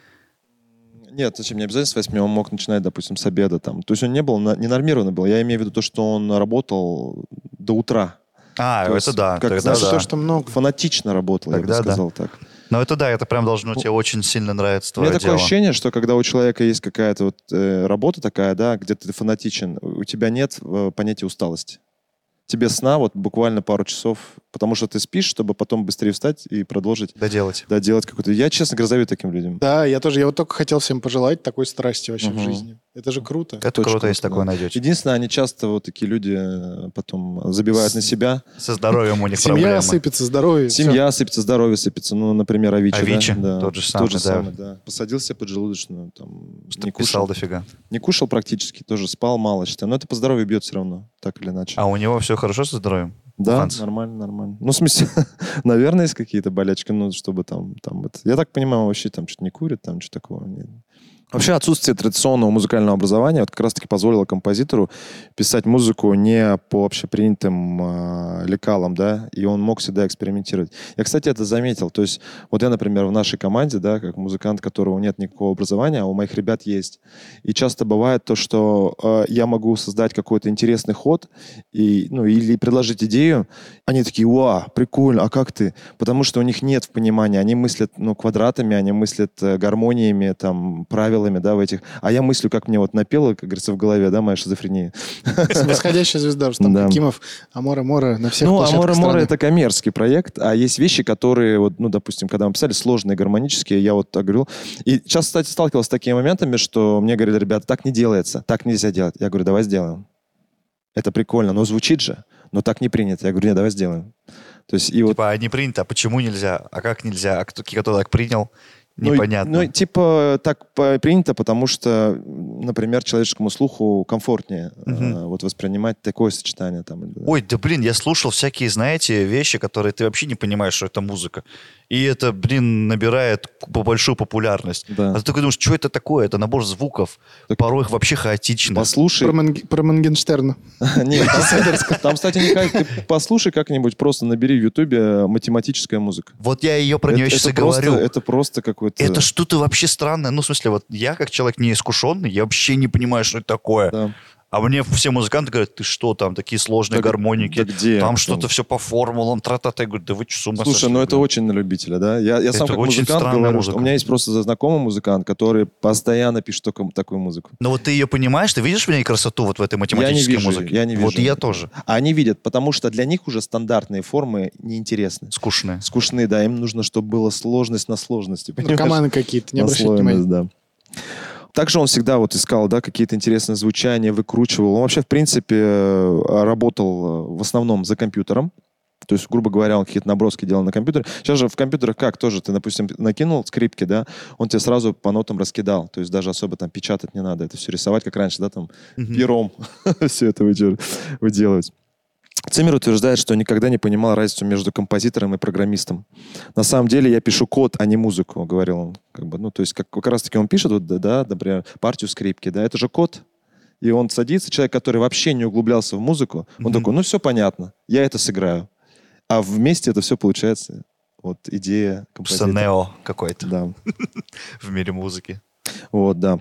Нет, зачем? Не обязательно с 8, он мог начинать, допустим, с обеда. Там. То есть он не был, на- не нормированный был. Я имею в виду то, что он работал до утра. А, То это есть, да, как, тогда знаешь, да. То, что много. Фанатично работал, я Тогда да. бы сказал так. Но ну, это да, это прям должно тебе очень сильно нравиться твое Ну, У меня такое дело. ощущение, что когда у человека есть какая-то вот э, работа такая, да, где ты фанатичен, у тебя нет э, понятия усталости. Тебе сна вот буквально пару часов, потому что ты спишь, чтобы потом быстрее встать и продолжить доделать. да, делать какую-то... Я, честно, грозовею таким людям. Да, я тоже, я вот только хотел всем пожелать такой страсти вообще в Мгм. жизни. Это же круто. Это Точку, круто, если да. такое найдете. Единственное, они часто вот такие люди э, потом забивают на себя. Со здоровьем у них Семья проблемы. сыпется, здоровье. всё. Семья сыпется, здоровье сыпется. Ну, например, Авичи, Авичи, да? да? тот же самый, да. да. Посадил себе поджелудочную, там, Чтоб не писал кушал. дофига. Не кушал практически, тоже спал мало, считаю. Но это по здоровью бьет все равно, так или иначе. А у него все хорошо со здоровьем? Да, Фанс. нормально, нормально. Ну, в смысле, наверное, есть какие-то болячки, ну, чтобы там, там это... Я так понимаю, он вообще там что-то не курит, там что такого нет. Вообще отсутствие традиционного музыкального образования вот как раз-таки позволило композитору писать музыку не по общепринятым э, лекалам, да, и он мог всегда экспериментировать. Я, кстати, это заметил. То есть вот я, например, в нашей команде, да, как музыкант, которого нет никакого образования, а у моих ребят есть. И часто бывает то, что э, я могу создать какой-то интересный ход и, ну, или предложить идею, они такие, уа, прикольно, а как ты? Потому что у них нет понимания, они мыслят ну, квадратами, они мыслят э, гармониями, там, правилами, да, в этих. А я мыслю, как мне вот напело, как говорится, в голове, да, моя шизофрения. Восходящая звезда, Рустам Да. Хакимов, Амора Мора на всех ну, а площадках Мора Мора страны. это коммерческий проект, а есть вещи, которые, вот, ну, допустим, когда мы писали, сложные, гармонические, я вот так говорил. И сейчас, кстати, сталкивался с такими моментами, что мне говорили, ребята, так не делается, так нельзя делать. Я говорю, давай сделаем. Это прикольно, но звучит же, но так не принято. Я говорю, нет, давай сделаем. То есть, и вот Типа, а не принято, а почему нельзя, а как нельзя, а кто, кто так принял, Ну, и- непонятно. Ну, и типа, так по- принято, потому что, м, например, человеческому слуху комфортнее э, Мгм. вот воспринимать такое сочетание. Там, Ой, да блин, я слушал всякие, знаете, вещи, которые ты вообще не понимаешь, что это музыка. И это, блин, набирает к- большую популярность. Да. А ты такой думаешь, что это такое? Это набор звуков, Так- порой их вообще хаотично. Про, Послушай, Манг- про Мангенштерна. Не, там, там, кстати, не как- ты послушай как-нибудь, просто набери в Ютубе э, математическая музыка. Вот я ее про Это- нее сейчас и это просто- говорю. Это просто какой-то... Это что-то вообще странное. Ну, в смысле, вот я, как человек неискушенный, я вообще не понимаю, что это такое. Да. А мне все музыканты говорят, ты что там, такие сложные Так, гармоники, да где? там что-то все по формулам, тра-та-та. Я говорю, да вы что, с ума Слушай, сошли, ну это блин?» очень на любителя, да? Я, я Это сам как очень музыкант странная говорю, что музыка. у меня есть просто знакомый музыкант, который постоянно пишет только такую музыку. Но вот ты ее понимаешь, ты видишь в ней красоту вот в этой математической вижу, музыке? я не Вот вижу. я тоже. А они видят, потому что для них уже стандартные формы неинтересны. Скучная. скучны, да, им нужно, чтобы была сложность на сложности. понимаешь? Наркоманы какие-то, не обращайте Наслоенность, внимания. да. Также он всегда вот искал, да, какие-то интересные звучания, выкручивал. Он вообще, в принципе, э, работал э, в основном за компьютером. То есть, грубо говоря, он какие-то наброски делал на компьютере. Сейчас же в компьютерах как тоже? Ты, допустим, накинул скрипки, да, он тебе сразу по нотам раскидал. То есть даже особо там печатать не надо. Это все рисовать, как раньше, да, там пером все это выдел- выделывать. Циммер утверждает, что никогда не понимал разницу между композитором и программистом. На самом деле я пишу код, а не музыку, говорил он. Как бы, ну, то есть как, как раз-таки он пишет, вот, да, да, например, партию скрипки, да, это же код. И он садится, человек, который вообще не углублялся в музыку, он Мгм. такой, ну все понятно, я это сыграю. А вместе это все получается, вот идея Просто композитора. нео какой-то Да. в мире музыки. Вот, да.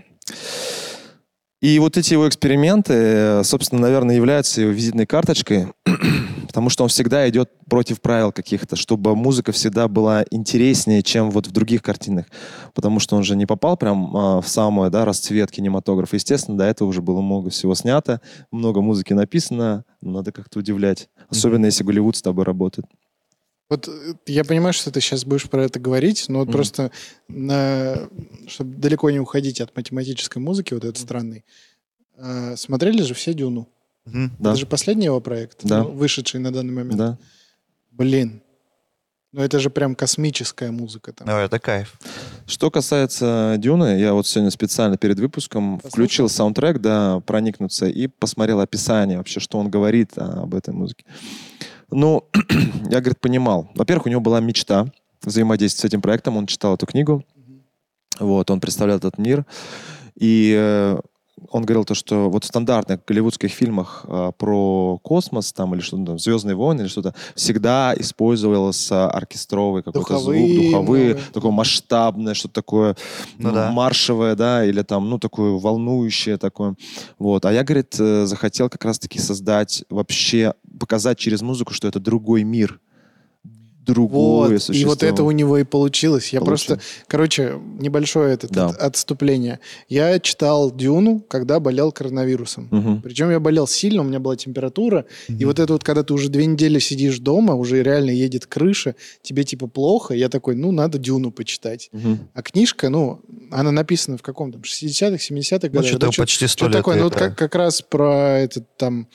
И вот эти его эксперименты, э, собственно, наверное, являются его визитной карточкой, потому что он всегда идет против правил каких-то, чтобы музыка всегда была интереснее, чем вот в других картинах. Потому что он же не попал прям а, в самый да, расцвет кинематографа. Естественно, до этого уже было много всего снято, много музыки написано, но надо как-то удивлять. Особенно, если Голливуд с тобой работает. Вот э, я понимаю, что ты сейчас будешь про это говорить, но вот Мгм. просто, на- чтобы далеко не уходить от математической музыки, вот этой странной, э, смотрели же все «Дюну». Мгм. Да. Это же последний его проект, Да. ну, вышедший на данный момент. Да. Блин. Ну это же прям космическая музыка там. Ну, это кайф. Что касается Дюны, я вот сегодня специально перед выпуском Послушал? включил саундтрек, да, проникнуться, и посмотрел описание вообще, что он говорит а, об этой музыке. Ну, я, говорит, понимал. Во-первых, у него была мечта взаимодействовать с этим проектом, он читал эту книгу, вот, он представлял этот мир, и э, он говорил то, что вот в стандартных голливудских фильмах э, про космос там или что-то там, «Звездные войны» или что-то, всегда использовался оркестровый какой-то звук, Духовые духовые, много. такое масштабное, что-то такое Ну ну, да. маршевое, да, или там, ну, такое волнующее такое. Вот. А я, говорит, э, захотел как раз-таки создать вообще, показать через музыку, что это другой мир. другое Вот, и вот существовало. это у него и получилось. Я Получилось. просто, короче, небольшое это Да. от- отступление. Я читал Дюну, когда болел коронавирусом. Мгм. Причем я болел сильно, у меня была температура. И вот это вот, когда ты уже две недели сидишь дома, уже реально едет крыша, тебе типа плохо, я такой, ну, надо Дюну почитать. Мгм. А книжка, ну, она написана в каком там, 60-х, 70-х Ну, годах. что-то да, чё- почти сто что лет. такое? Ну, вот это. как, как раз про этот там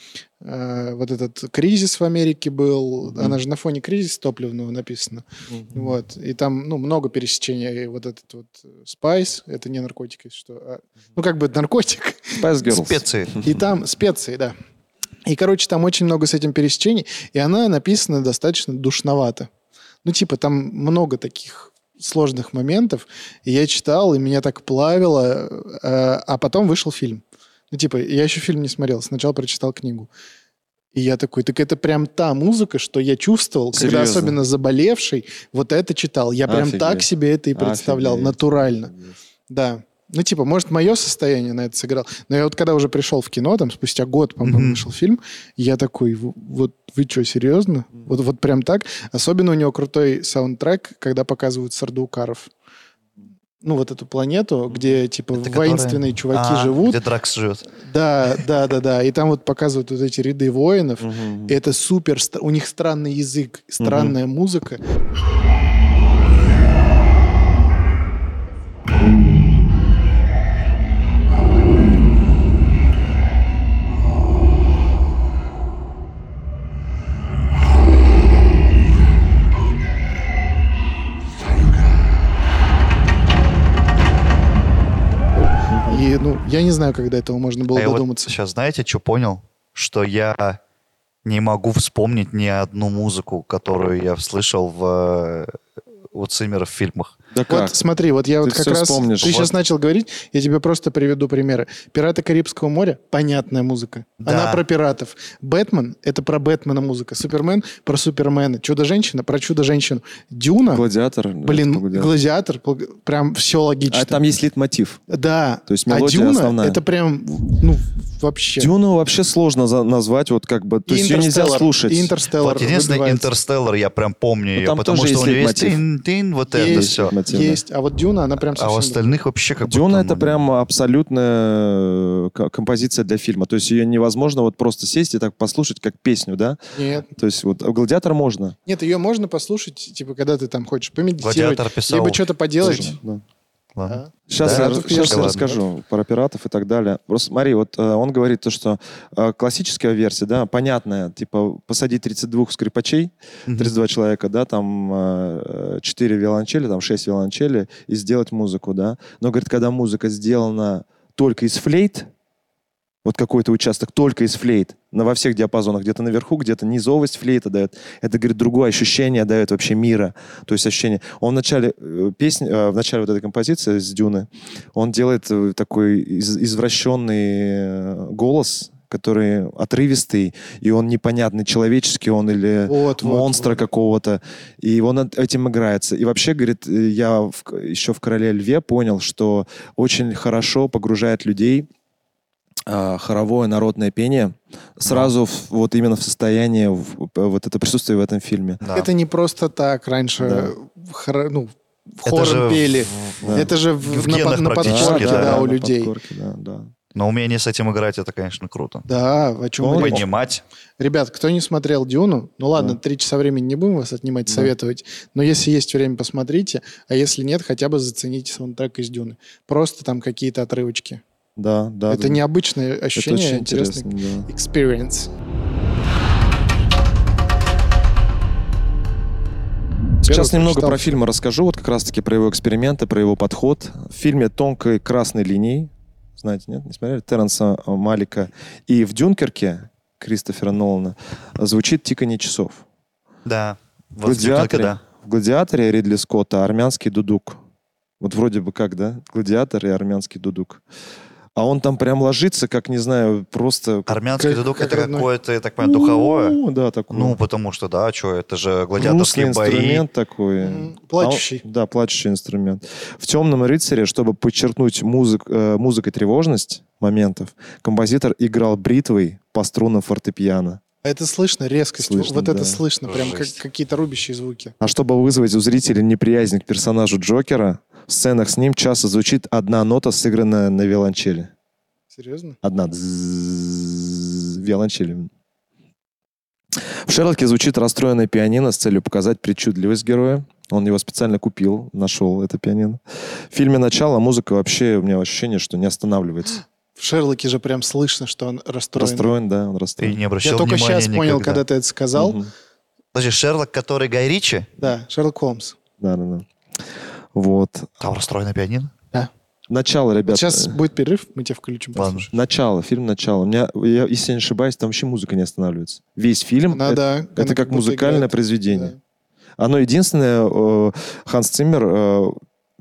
э, вот этот кризис в Америке был. Мгм. Она же на фоне кризиса топливного написана. Вот. И там, ну, много пересечения. И вот этот вот э, спайс, это не наркотик, если что. а- ну, как бы наркотик. Spice Girls. Специи. И там специи, да. И, короче, там очень много с этим пересечений. И она написана достаточно душновато. Ну, типа, там много таких сложных моментов. И я читал, и меня так плавило. э, А потом вышел фильм. Ну, типа, я еще фильм не смотрел. Сначала прочитал книгу. И я такой, так это прям та музыка, что я чувствовал, когда Серьезно? особенно заболевший, вот это читал. Я прям Офигеть. так себе это и представлял, Офигеть. натурально. Да. Ну, типа, может, мое состояние на это сыграло. Но я вот когда уже пришел в кино, там, спустя год, по-моему, Мгм. вышел фильм, я такой, «В- вот вы что, серьезно? Вот, вот прям так? Особенно у него крутой саундтрек, когда показывают Сардукаров. Ну, вот эту планету, где, типа, Это которая- воинственные чуваки А, живут. Где Дракс живет. Да, да, да, да. И там вот показывают вот эти ряды воинов. Мгм. И это супер... ст- У них странный язык, странная музыка. И, ну, я не знаю, когда этого можно было А я вот додуматься. сейчас знаете, что понял? Что я не могу вспомнить ни одну музыку, которую я слышал в э, у Циммера в фильмах. Да А как? Вот смотри, вот я Ты вот как всё раз... вспомнишь. Ты Вот. сейчас начал говорить, я тебе просто приведу примеры. «Пираты Карибского моря» — понятная музыка. Да. Она про пиратов. «Бэтмен» — это про Бэтмена музыка. «Супермен» — про Супермена. «Чудо-женщина» — про Чудо-женщину. «Дюна» Гладиатор. Блин, Это гладиатор. «Гладиатор», пл- прям все логично. А там есть литмотив. Да. То есть а мелодия «Дюна» основная. это прям, ну, вообще. Дюну вообще сложно за- назвать, вот как бы, то И есть ее нельзя «Интерстеллар», слушать. И «Интерстеллар» вот единственный выбивается. «Интерстеллар» я прям помню Ну, ее, там потому тоже что у есть нее есть лейтмотив. тин-тин, вот это Есть. все. Литмотив, да. Есть. А вот «Дюна», она прям А совсем... у остальных вообще как Дюна будто, это ну, прям абсолютная э, к- композиция для фильма. То есть ее невозможно вот просто сесть и так послушать, как песню, да? Нет. То есть вот а «Гладиатор» можно. Нет, ее можно послушать, типа, когда ты там хочешь помедитировать, «Гладиатор» писал. либо что-то поделать. Ладно. А? Сейчас, Да, я, тут, сейчас конечно, я ладно. расскажу про пиратов и так далее. Просто смотри, вот э, он говорит то, что э, классическая версия, да, понятная, типа посадить 32 скрипачей, Мгм. 32 человека, да, там э, 4 виолончели, там 6 виолончели, и сделать музыку, да. Но, говорит, когда музыка сделана только из флейт, вот какой-то участок только из флейт, на, во всех диапазонах, где-то наверху, где-то низовость флейта дает. Это, говорит, другое ощущение дает вообще мира. То есть ощущение... Он в начале э, песни, э, в начале вот этой композиции с Дюны, он делает э, такой из- извращенный э, голос, который отрывистый, и он непонятный, человеческий он или Вот, вот, монстра вот. какого-то, и он от- этим играется. И вообще, говорит, э, я в к- еще в «Короле льве» понял, что очень хорошо погружает людей а, хоровое народное пение сразу в- вот именно в состояние, в- э, вот это присутствие в этом фильме. Да. А. Это не просто так раньше хоро- ну, хором же в- пели. в- Это же в, В в- на, генах под- на практически, подкорке, да, да, да, у на людей. подкорке, да, да. Но умение с этим играть, это, конечно, круто. Да, о чем Он- мы речь. Понимать. Ребят, кто не смотрел Дюну, ну ладно, Да. три часа времени не будем вас отнимать, Да. советовать. Но если есть время, посмотрите. А если нет, хотя бы зацените саундтрек из Дюны. Просто там какие-то отрывочки. Да, да. Это да. необычное это ощущение, очень интересный интересно. да. experience. Сейчас Первый немного прочитал. про фильмы расскажу, вот как раз-таки про его эксперименты, про его подход. В фильме «Тонкой красной линии», знаете, нет, не смотрели, Терренса э, Малика, и в «Дюнкерке» Кристофера Нолана звучит тиканье часов. Да. Вот В «Гладиаторе», да. в «Гладиаторе» Ридли Скотта армянский дудук. Вот вроде бы как, да? «Гладиатор» и армянский дудук. А он там прям ложится, как, не знаю, просто... Армянский Как- дудук как это родной. какое-то, я так понимаю, духовое. «У-у-у», Да, такой. Ну, потому что, да, что, это же гладиаторские Грустный бои. инструмент такой. Мгм. Плачущий. А он- да, плачущий инструмент. В «Темном рыцаре», чтобы подчеркнуть музык, э, музыкой тревожность моментов, композитор играл бритвой по струнам фортепиано. А Это слышно, резкость. Слышно, вот это да. слышно, прям как, Жесть. какие-то рубящие звуки. А чтобы вызвать у зрителей неприязнь к персонажу Джокера, в сценах с ним часто звучит одна нота, сыгранная на виолончели. Серьезно? Одна. Дзззз. Виолончели. В «Шерлоке» звучит расстроенное пианино с целью показать причудливость героя. Он его специально купил, нашел это пианино. В фильме «Начало» музыка вообще, у меня ощущение, что не останавливается. В Шерлоке же прям слышно, что он расстроен. Расстроен, да, он расстроен. Ты не Я обращал только внимания сейчас понял, никогда. когда ты это сказал. Мгм. Подожди, Шерлок, который Гай Ричи? Да, Шерлок Холмс. Да, да, да. Вот. Там расстроено пианино. Начало, ребята. Сейчас будет перерыв, мы тебя включим. Ладно. послушаем. Начало, фильм «Начало». У меня, я, если я не ошибаюсь, там вообще музыка не останавливается. Весь фильм Она, это, да, это она как будто музыкальное играет. произведение. Да. Оно единственное, э, Ханс Циммер э,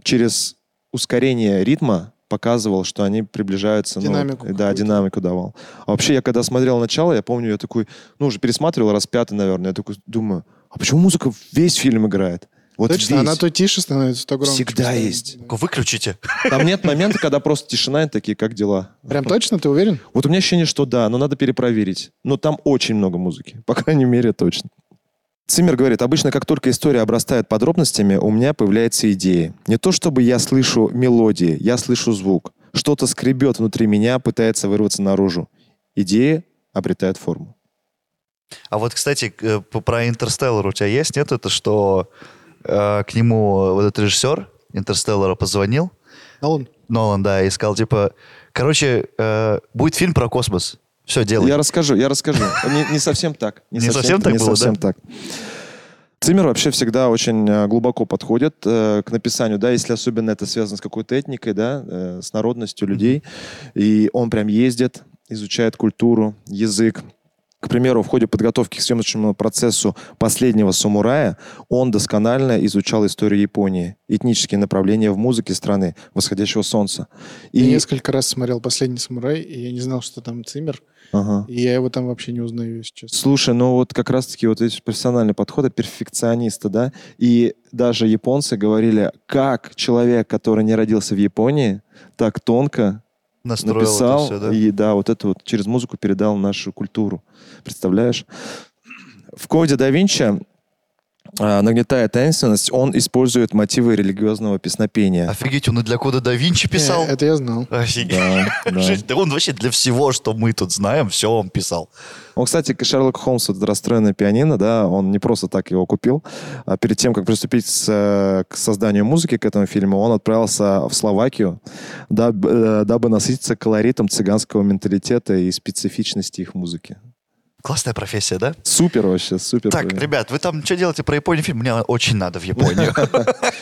через ускорение ритма показывал, что они приближаются... ну, Динамику да, какую-то. динамику давал. А вообще, я когда смотрел «Начало», я помню, я такой, ну, уже пересматривал раз пятый, наверное, я такой думаю, а почему музыка весь фильм играет? Вот Точно, весь. она то тише становится, то громче. Всегда постоянно. есть. Да. Выключите. Там нет момента, когда просто тишина и такие, как дела? Прям точно, ты уверен? Вот у меня ощущение, что да, но надо перепроверить. Но там очень много музыки. По крайней мере, точно. Циммер говорит, обычно как только история обрастает подробностями, у меня появляются идеи. Не то чтобы я слышу мелодии, я слышу звук. Что-то скребет внутри меня, пытается вырваться наружу. Идеи обретают форму. А вот, кстати, э, п- про Интерстеллар у тебя есть, нет? Это что э, к нему э, вот этот режиссер Интерстеллара позвонил, Нолан. Нолан, да, и сказал, типа, короче, э, будет фильм про космос. Все, делай. Я расскажу, я расскажу. Не, не совсем так. Не совсем так Не было, да? совсем так. Циммер вообще всегда очень э, глубоко подходит э, к написанию, да, если особенно это связано с какой-то этникой, да, э, с народностью людей. И он прям ездит, изучает культуру, язык. К примеру, в ходе подготовки к съемочному процессу «Последнего самурая» он досконально изучал историю Японии, этнические направления в музыке страны, восходящего солнца. Я несколько раз смотрел «Последний самурай», и я не знал, что там Циммер, Ага. и я его там вообще не узнаю, если честно. Слушай, ну вот как раз-таки вот эти профессиональные подходы, перфекционисты, да, и даже японцы говорили, как человек, который не родился в Японии, так тонко Настроил написал это все, да? и да, вот это вот через музыку передал нашу культуру. Представляешь? В коде да Винчи а, нагнетая таинственность, он использует мотивы религиозного песнопения. Офигеть, он и для кода да Винчи писал. Не, Э, это я знал. Офигеть. Да, да. Жесть, да он вообще для всего, что мы тут знаем, все он писал. Он, Ну, кстати, к Шерлоку Холмсу это расстроенное пианино, да, он не просто так его купил. А перед тем, как приступить с, э, к созданию музыки к этому фильму, он отправился в Словакию, даб- э, дабы насытиться колоритом цыганского менталитета и специфичности их музыки. Классная профессия, да? Супер вообще, супер. Так, блин. ребят, вы там что делаете про Японию фильм? Мне очень надо в Японию.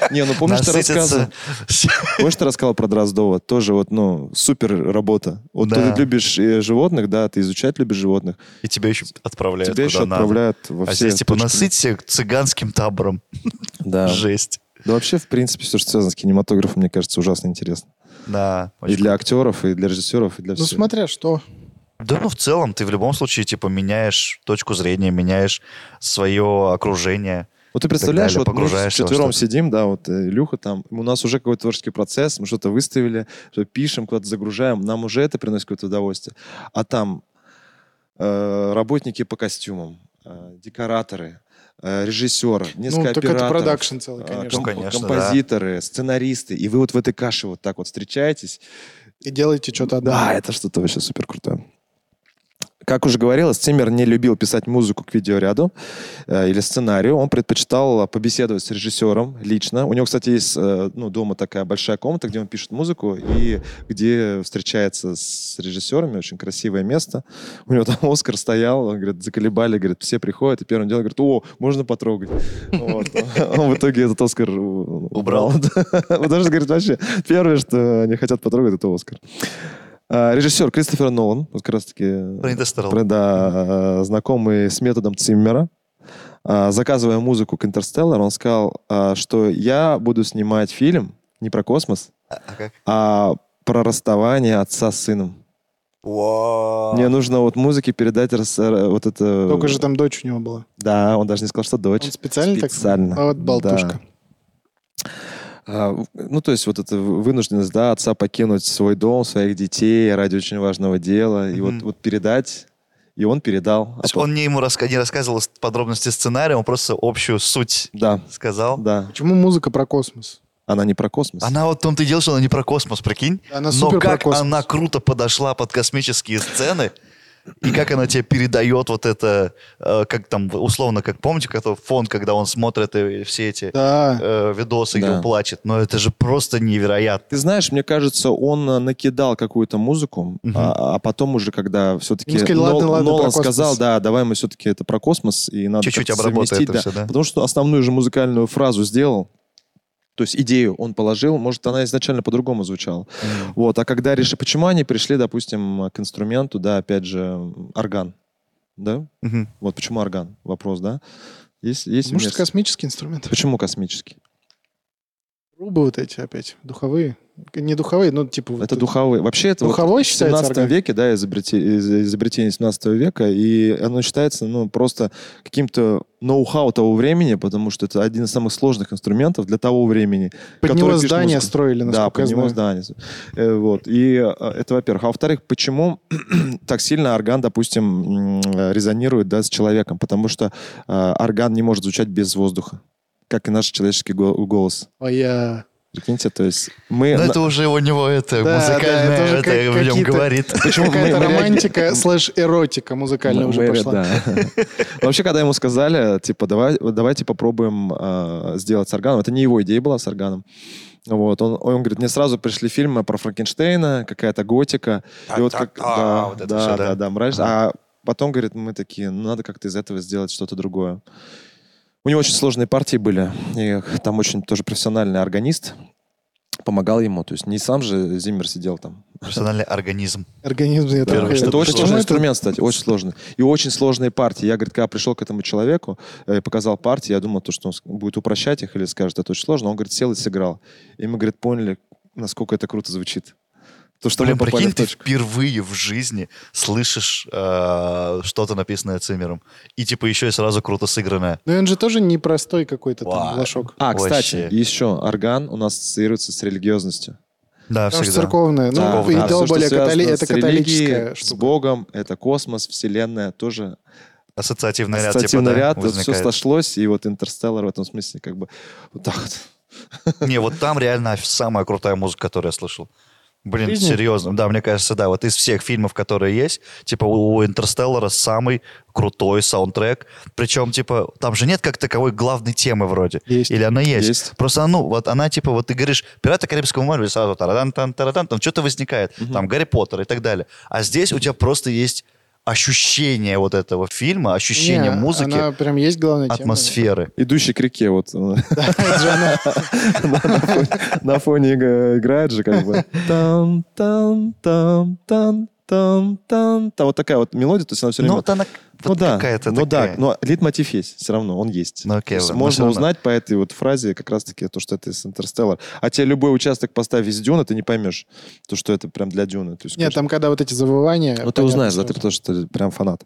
Не, ну помнишь, ты рассказывал, Насытиться. помнишь, ты рассказал про Дроздова? Тоже вот, ну, супер работа. Вот Да. ты любишь э, животных, да, ты изучать любишь животных. И тебя еще отправляют Тебя куда еще надо. отправляют во А все здесь типа точки. насыться цыганским табором. Да. Жесть. Да вообще, в принципе, все, что связано с кинематографом, мне кажется, ужасно интересно. Да. И очень для актеров, и для режиссеров, и для Ну, всех. смотря что. Да, ну в целом ты в любом случае типа меняешь точку зрения, меняешь свое окружение. вот ты представляешь, далее, вот мы погружаешься во четвером что-то. сидим, да, вот э, Илюха там, у нас уже какой-то творческий процесс, мы что-то выставили, что пишем, куда-то загружаем, нам уже это приносит какое-то удовольствие. А там э, работники по костюмам, э, декораторы, э, режиссеры, несколько Ну, так это операторов, продакшн целый, э, конечно. Ну, конечно, композиторы, сценаристы, и вы вот в этой каше вот так вот встречаетесь, И делайте что-то одно. Да, это что-то вообще супер крутое. Как уже говорилось, Циммер не любил писать музыку к видеоряду э, или сценарию. Он предпочитал э, побеседовать с режиссером лично. У него, кстати, есть э, ну, дома такая большая комната, где он пишет музыку и где встречается с режиссерами. Очень красивое место. У него там Оскар стоял, он, говорит, заколебали, говорит, все приходят, и первым делом говорит, о, можно потрогать. Вот. Он в итоге этот Оскар э, у- Убрал. Потому что, говорит, вообще, первое, что они хотят потрогать, это Оскар. А, Режиссер Кристофер Нолан, вот как Про раз-таки Интерстеллар. про- да, э, знакомый с методом Циммера, А, заказывая музыку к «Интерстеллар», он сказал, а, что я буду снимать фильм не про космос, А как? а про расставание отца с сыном. Вау. Мне нужно вот музыке передать рас- э, вот это... Только же там дочь у него была. Да, он даже не сказал, что дочь. Он специально так? Специально. А вот болтушка. Да. А, в- Ну, то есть вот эта в- вынужденность, да, отца покинуть свой дом, своих детей ради очень важного дела, и вот, Мгм. вот передать и он передал. а То есть он не ему раска- не рассказывал с- подробности сценария, он просто общую суть Да, сказал. да. Почему музыка про космос? Она не про космос. Она вот в том-то и дело, что она не про космос, прикинь. Она Но супер про как космос. она круто подошла под космические сцены, и как она тебе передает вот это, э, как там, условно, как помните, который фон, когда он смотрит и все эти Да. э, видосы, где Да. он плачет. Но это же просто невероятно. Ты знаешь, мне кажется, он э, накидал какую-то музыку, а, а потом уже, когда все-таки Ему сказали, «Ладно, ладно, про Нолан космос». сказал, да, давай мы все-таки это про космос, и надо Чуть-чуть как-то обработай совместить, это всё, да. Потому что основную же музыкальную фразу сделал, то есть идею он положил, может, она изначально по-другому звучала. Вот, а когда решили, почему они пришли, допустим, к инструменту, да, опять же, м, орган, да? Мгм. Вот почему орган? Вопрос, да? Есть, есть Может, вместо- космический инструмент? Почему космический? Трубы вот эти опять, духовые. Не духовые, ну, типа... вот Это духовой. Вообще это вот Духовой в считается 17 орган? веке, да, изобрете- из- изобретение 17 века, и оно считается, ну, просто каким-то ноу-хау того времени, потому что это один из самых сложных инструментов для того времени. Под который него пишет здания музыку. строили, Да, насколько под я него знаю. здание. Э, вот. И э, это, во-первых. А во-вторых, почему так сильно орган, допустим, м, э, резонирует, да, с человеком? Потому что э, орган не может звучать без воздуха, как и наш человеческий го- голос. А я... Прикиньте, то есть мы... Но на- Ну, это уже у него это Да, музыкальное, да, это уже это как- в нем какие-то- говорит. Почему мы- Какая-то мы реагируем- романтика слэш эротика музыкальная Мы- уже мы- пошла. да. Вообще, когда ему сказали, типа, давай, давайте попробуем э, сделать с органом. Это не его идея была с органом. Вот, он, он говорит, мне сразу пришли фильмы про Франкенштейна, какая-то готика. И вот как- Та-та-та, да, А, вот это да, всё, да. да, да, мрачно. А потом, говорит, мы такие, ну, надо как-то из этого сделать что-то другое. У него очень сложные партии были. И там очень тоже профессиональный органист помогал ему. То есть не сам же Зиммер сидел там. Персональный организм. Организм я Первое, такой, что Это Почему очень почему сложный это- инструмент, кстати, очень сложный. И очень сложные партии. Я, говорит, когда пришел к этому человеку, э, показал партии, я думал, то, что он с- будет упрощать их или скажет, это очень сложно. Он, говорит, сел и сыграл. И мы, говорит, поняли, насколько это круто звучит. То, что Блин, мы попали прикинь, в ты точку. впервые в жизни слышишь э, что-то написанное Циммером. И типа еще и сразу круто сыгранное. Ну, и он же тоже непростой какой-то там Вау. лошок. А, кстати, Вообще. еще орган у нас ассоциируется с религиозностью. Да, Потому что всегда. церковная. Да, Ну, и да, тем всё, что более связано католи- это с религией, католическая С штука. Богом, это космос, Вселенная, тоже Ассоциативный ряд, типа, ассоциативный да, ряд, вот все возникает. сошлось, и вот интерстеллар в этом смысле как бы вот так вот. Не, вот там реально самая крутая музыка, которую я слышал. Блин, Жизни? серьезно. Да, мне кажется, да. Вот из всех фильмов, которые есть, типа у у Интерстеллара самый крутой саундтрек. Причем, типа, там же нет как таковой главной темы вроде. Есть. Или она есть. Есть. Просто, ну, вот она, типа, вот ты говоришь, «Пираты Карибского моря» и сразу тарадан тан тарадан там что-то возникает. Там Гарри Поттер и так далее. А здесь у тебя просто есть ощущение вот этого фильма, ощущение Не, музыки, Она прям есть главная тема. атмосферы. Идущий к реке, вот э, Это же она. На фоне иг- играет же как бы. Там, там, там, там, там, там. Там вот такая вот мелодия, то есть она все Ну, время... вот она ну вот да, какая-то ну такая. да, но лейтмотив есть, все равно он есть. Ну окей, То есть ладно, всё можно равно. узнать по этой вот фразе как раз-таки то, что это из Интерстеллар. А тебе любой участок поставь из Дюна, ты не поймешь, то, что это прям для Дюна. То есть, Нет, там когда вот эти завывания... ну, ты понятно, узнаешь, да, что- ты потому что ты прям фанат.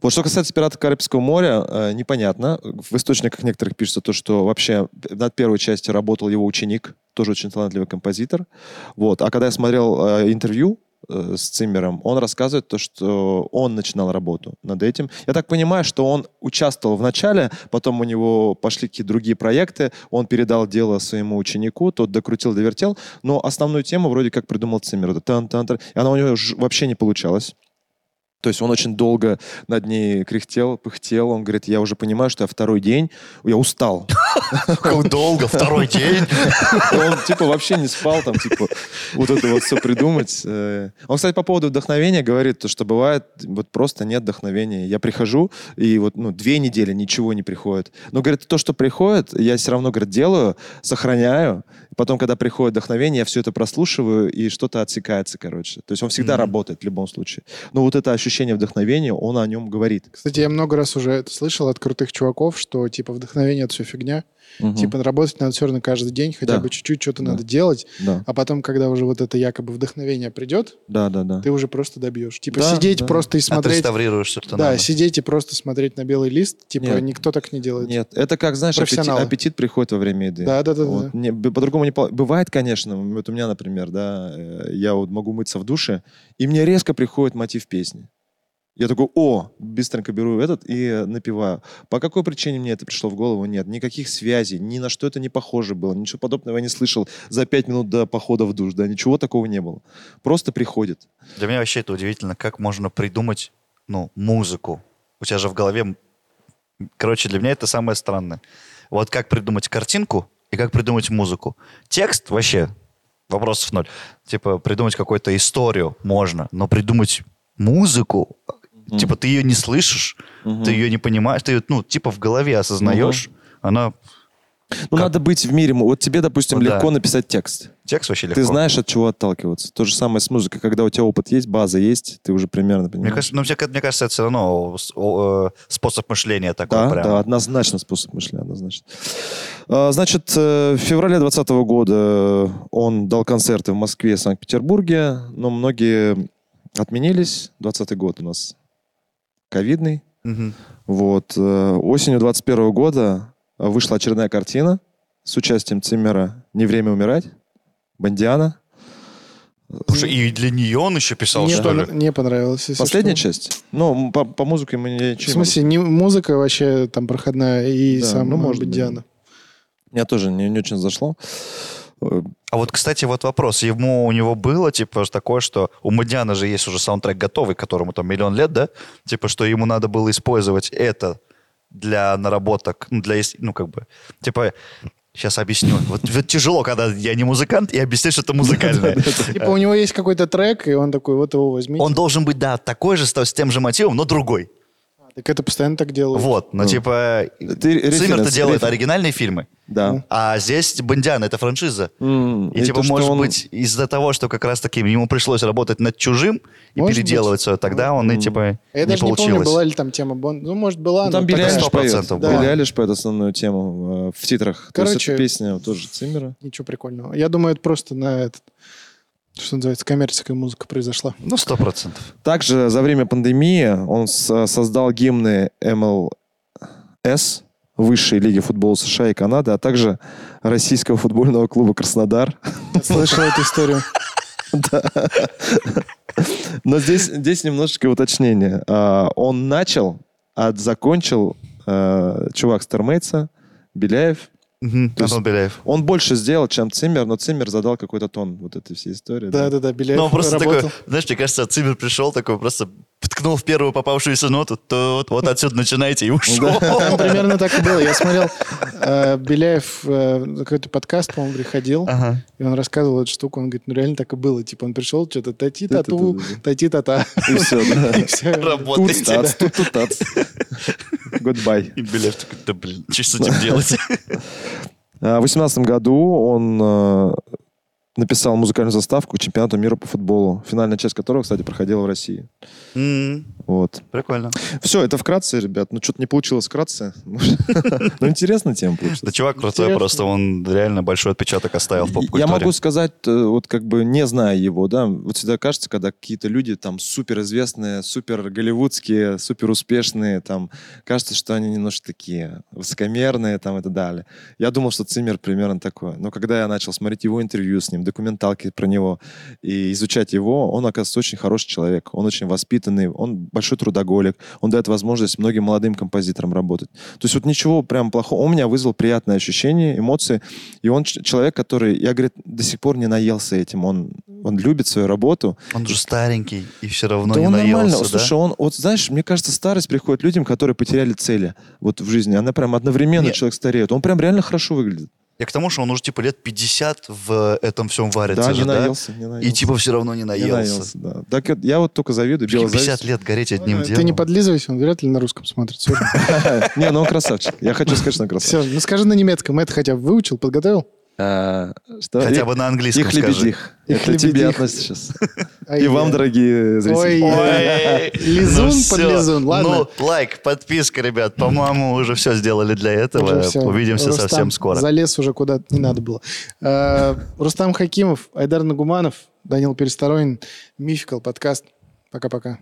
Вот что касается «Пиратов Карибского моря», э, непонятно. В источниках некоторых пишется то, что вообще над первой частью работал его ученик, тоже очень талантливый композитор. Вот. А когда я смотрел э, интервью э, с Циммером, он рассказывает то, что он начинал работу над этим. Я так понимаю, что он участвовал в начале, потом у него пошли какие-то другие проекты, он передал дело своему ученику, тот докрутил, довертел, но основную тему вроде как придумал Циммер. Это тан-тан-тан. И она у него ж- вообще не получалась. То есть он очень долго над ней кряхтел, пыхтел. Он говорит, я уже понимаю, что я второй день, я устал. Как долго, второй день. И он, типа, вообще не спал там, типа, вот это вот все придумать. Э, Он, кстати, по поводу вдохновения говорит, то, что бывает, вот просто нет вдохновения. Я прихожу, и вот, ну, две недели ничего не приходит. Но, говорит, то, что приходит, я все равно, говорит, делаю, сохраняю. Потом, когда приходит вдохновение, я все это прослушиваю, и что-то отсекается, короче. То есть он всегда Мгм. работает в любом случае. Но вот это ощущение вдохновения, он о нем говорит. Кстати, я много раз уже это слышал от крутых чуваков, что, типа, вдохновение — это все фигня. Мгм. Типа, работать надо все равно каждый день, хотя Да. бы чуть-чуть что-то Да. надо делать. Да, А потом, когда уже вот это якобы вдохновение придет, да, да, да. ты уже просто добьешь. Типа, Да, сидеть да. просто и смотреть... Отреставрируешь все, что Да, надо. сидеть и просто смотреть на белый лист. Типа, Нет. никто так не делает. Нет, это как, знаешь, аппетит, Профессионалы. аппетит приходит во время еды. Да, да, да, да, Вот. да. Не, б- по-другому не пол- Бывает, конечно, вот у меня, например, да, э, я вот могу мыться в душе, и мне резко приходит мотив песни. Я такой, о, быстренько беру этот и напиваю. По какой причине мне это пришло в голову? Нет, никаких связей, ни на что это не похоже было, ничего подобного я не слышал за пять минут до похода в душ, да, ничего такого не было. Просто приходит. Для меня вообще это удивительно, как можно придумать, ну, музыку. У тебя же в голове... м- Короче, для меня это самое странное. Вот как придумать картинку и как придумать музыку. Текст вообще вопросов ноль. Типа придумать какую-то историю можно, но придумать музыку, типа ты ее не слышишь, ты ее не понимаешь, ты ее, ну, типа в голове осознаешь, она... Ну, Как- надо быть в мире. Вот тебе, допустим, Ну, да. легко написать текст. Текст вообще легко. Ты знаешь, от чего отталкиваться. То же самое с музыкой. Когда у тебя опыт есть, база есть, ты уже примерно Мне понимаешь. кажется, ну, мне ка- мне кажется, это все равно с- о, э, способ мышления такой Да, прям. да, однозначно способ мышления, однозначно. А, Значит, э, в феврале 2020 года он дал концерты в Москве и Санкт-Петербурге, но многие отменились. 20 год у нас ковидный. Мгм. Вот. э, Осенью 21 года вышла очередная картина с участием Циммера «Не время умирать», Бандиана. Потому Ну, что и для нее он еще писал, Мне что ли? пон- мне понравилось. если Последняя что. часть? Ну, м, по, по музыке мы не... В смысле, не музыка вообще там проходная и Да, сам, ну, может может быть, быть, да. Диана. Меня тоже не, не очень зашло. Э, А вот, кстати, вот вопрос. Ему у него было, типа, такое, что у Мадиана же есть уже саундтрек готовый, которому там миллион лет, да? Типа, что ему надо было использовать это для наработок, ну, для, ис- ну, как бы, типа, сейчас объясню. Вот, вот тяжело, когда я не музыкант, и объяснить, что это музыкальное. Типа у него есть какой-то трек, и он такой, вот его возьмите. Он должен быть, да, такой же, с с тем же мотивом, но другой. Так это постоянно так делают. Вот, но, типа, референс, Циммер-то делает референс. оригинальные фильмы, Да. а здесь Бондиан, это франшиза. М, И, типа, то, что может он- быть, из-за того, что как раз-таки ему пришлось работать над чужим и Может переделывать быть. свое, тогда он и, типа, А Я не даже не помню, получилось. была ли там тема Бонд. Ну, может, была, но Ну, там Билли такая- это Айлиш 100% поет. было. Билли Айлиш поет основную тему э, в titrах. То есть Короче- это песня тоже Циммера. Ничего прикольного. Я думаю, это просто на этот, что называется, коммерческая музыка произошла. Ну, сто процентов. Также за время пандемии он с- создал гимны МЛС, высшей лиги футбола США и Канады, а также российского футбольного клуба «Краснодар». Я слышал эту историю. Но здесь, здесь немножечко уточнение. А, Он начал, а закончил э, чувак Стармейтса, Беляев. есть- Антон Беляев. Он больше сделал, чем Циммер, но Циммер задал какой-то тон вот этой всей истории. Да-да-да, Билли Ну, он просто работал. такой, знаешь, мне кажется, Циммер пришел такой, просто ткнул в первую попавшуюся ноту, то вот, вот отсюда начинайте и ушел. Там примерно так и было. Я смотрел, э, Беляев э, на какой-то подкаст, по-моему, приходил, Ага. и он рассказывал эту штуку. Он говорит, ну реально так и было. Типа он пришел, что-то тати-тату, Да-да-да-да. тати-тата. И все, да. И всё. Работайте. Тут, да. Тац, тут, тут, тац. Goodbye. И Беляев такой, да блин, что с этим делать? А, В 2018 году он э, написал музыкальную заставку к чемпионату мира по футболу, финальная часть которого, кстати, проходила в России. М, Вот. Прикольно. Все, это вкратце, ребят. Ну, что-то не получилось вкратце. Ну, интересная тема Да получилась. чувак крутой Интересно. просто, он реально большой отпечаток оставил в поп-культуре. Я могу сказать, э, вот как бы не зная его, да, вот всегда кажется, когда какие-то люди там суперизвестные, супер голливудские, супер успешные, там кажется, что они немножко такие высокомерные, там и так далее. Я думал, что Циммер примерно такой. Но когда я начал смотреть его интервью с ним, документалки про него и изучать его, он, оказывается, очень хороший человек. Он очень воспитанный, он большой трудоголик, он дает возможность многим молодым композиторам работать. То есть вот ничего прям плохого. Он меня вызвал приятное ощущение, эмоции. И он ч- человек, который, я, говорит, до сих пор не наелся этим. Он, он любит свою работу. Он же старенький и все равно Ну, да не он нормально. наелся, да? Слушай, он, вот знаешь, мне кажется, старость приходит людям, которые потеряли цели вот в жизни. Она прям одновременно Нет. человек стареет. Он прям реально хорошо выглядит. Я к тому, что он уже типа лет 50 в э, этом всем варится да, же, не да? наелся, не наелся. И типа все равно не Не наелся. наелся, да. Так вот, я вот только завидую. Прикинь, белой 50 завистью. лет гореть одним делом. Ты не подлизывайся, он вряд ли на русском смотрит. Всё. Не, ну он красавчик. Я хочу сказать, что он красавчик. Все, ну скажи на немецком. Это хотя бы выучил, подготовил? А, что? Хотя Их- бы на английском Их скажи. лебедих. Их Это тебе лебедих. относится сейчас. А И я- вам, дорогие зрители. Ой, Ой, Лизун ну всё. подлизун, ладно. Ну, лайк, подписка, ребят. По-моему, уже все сделали для этого. Уже всё. Увидимся Рустам совсем скоро. Залез уже куда-то не надо было. Э, Рустам Хакимов, Айдар Нагуманов, Данил Пересторонин, Мификал подкаст. Пока-пока.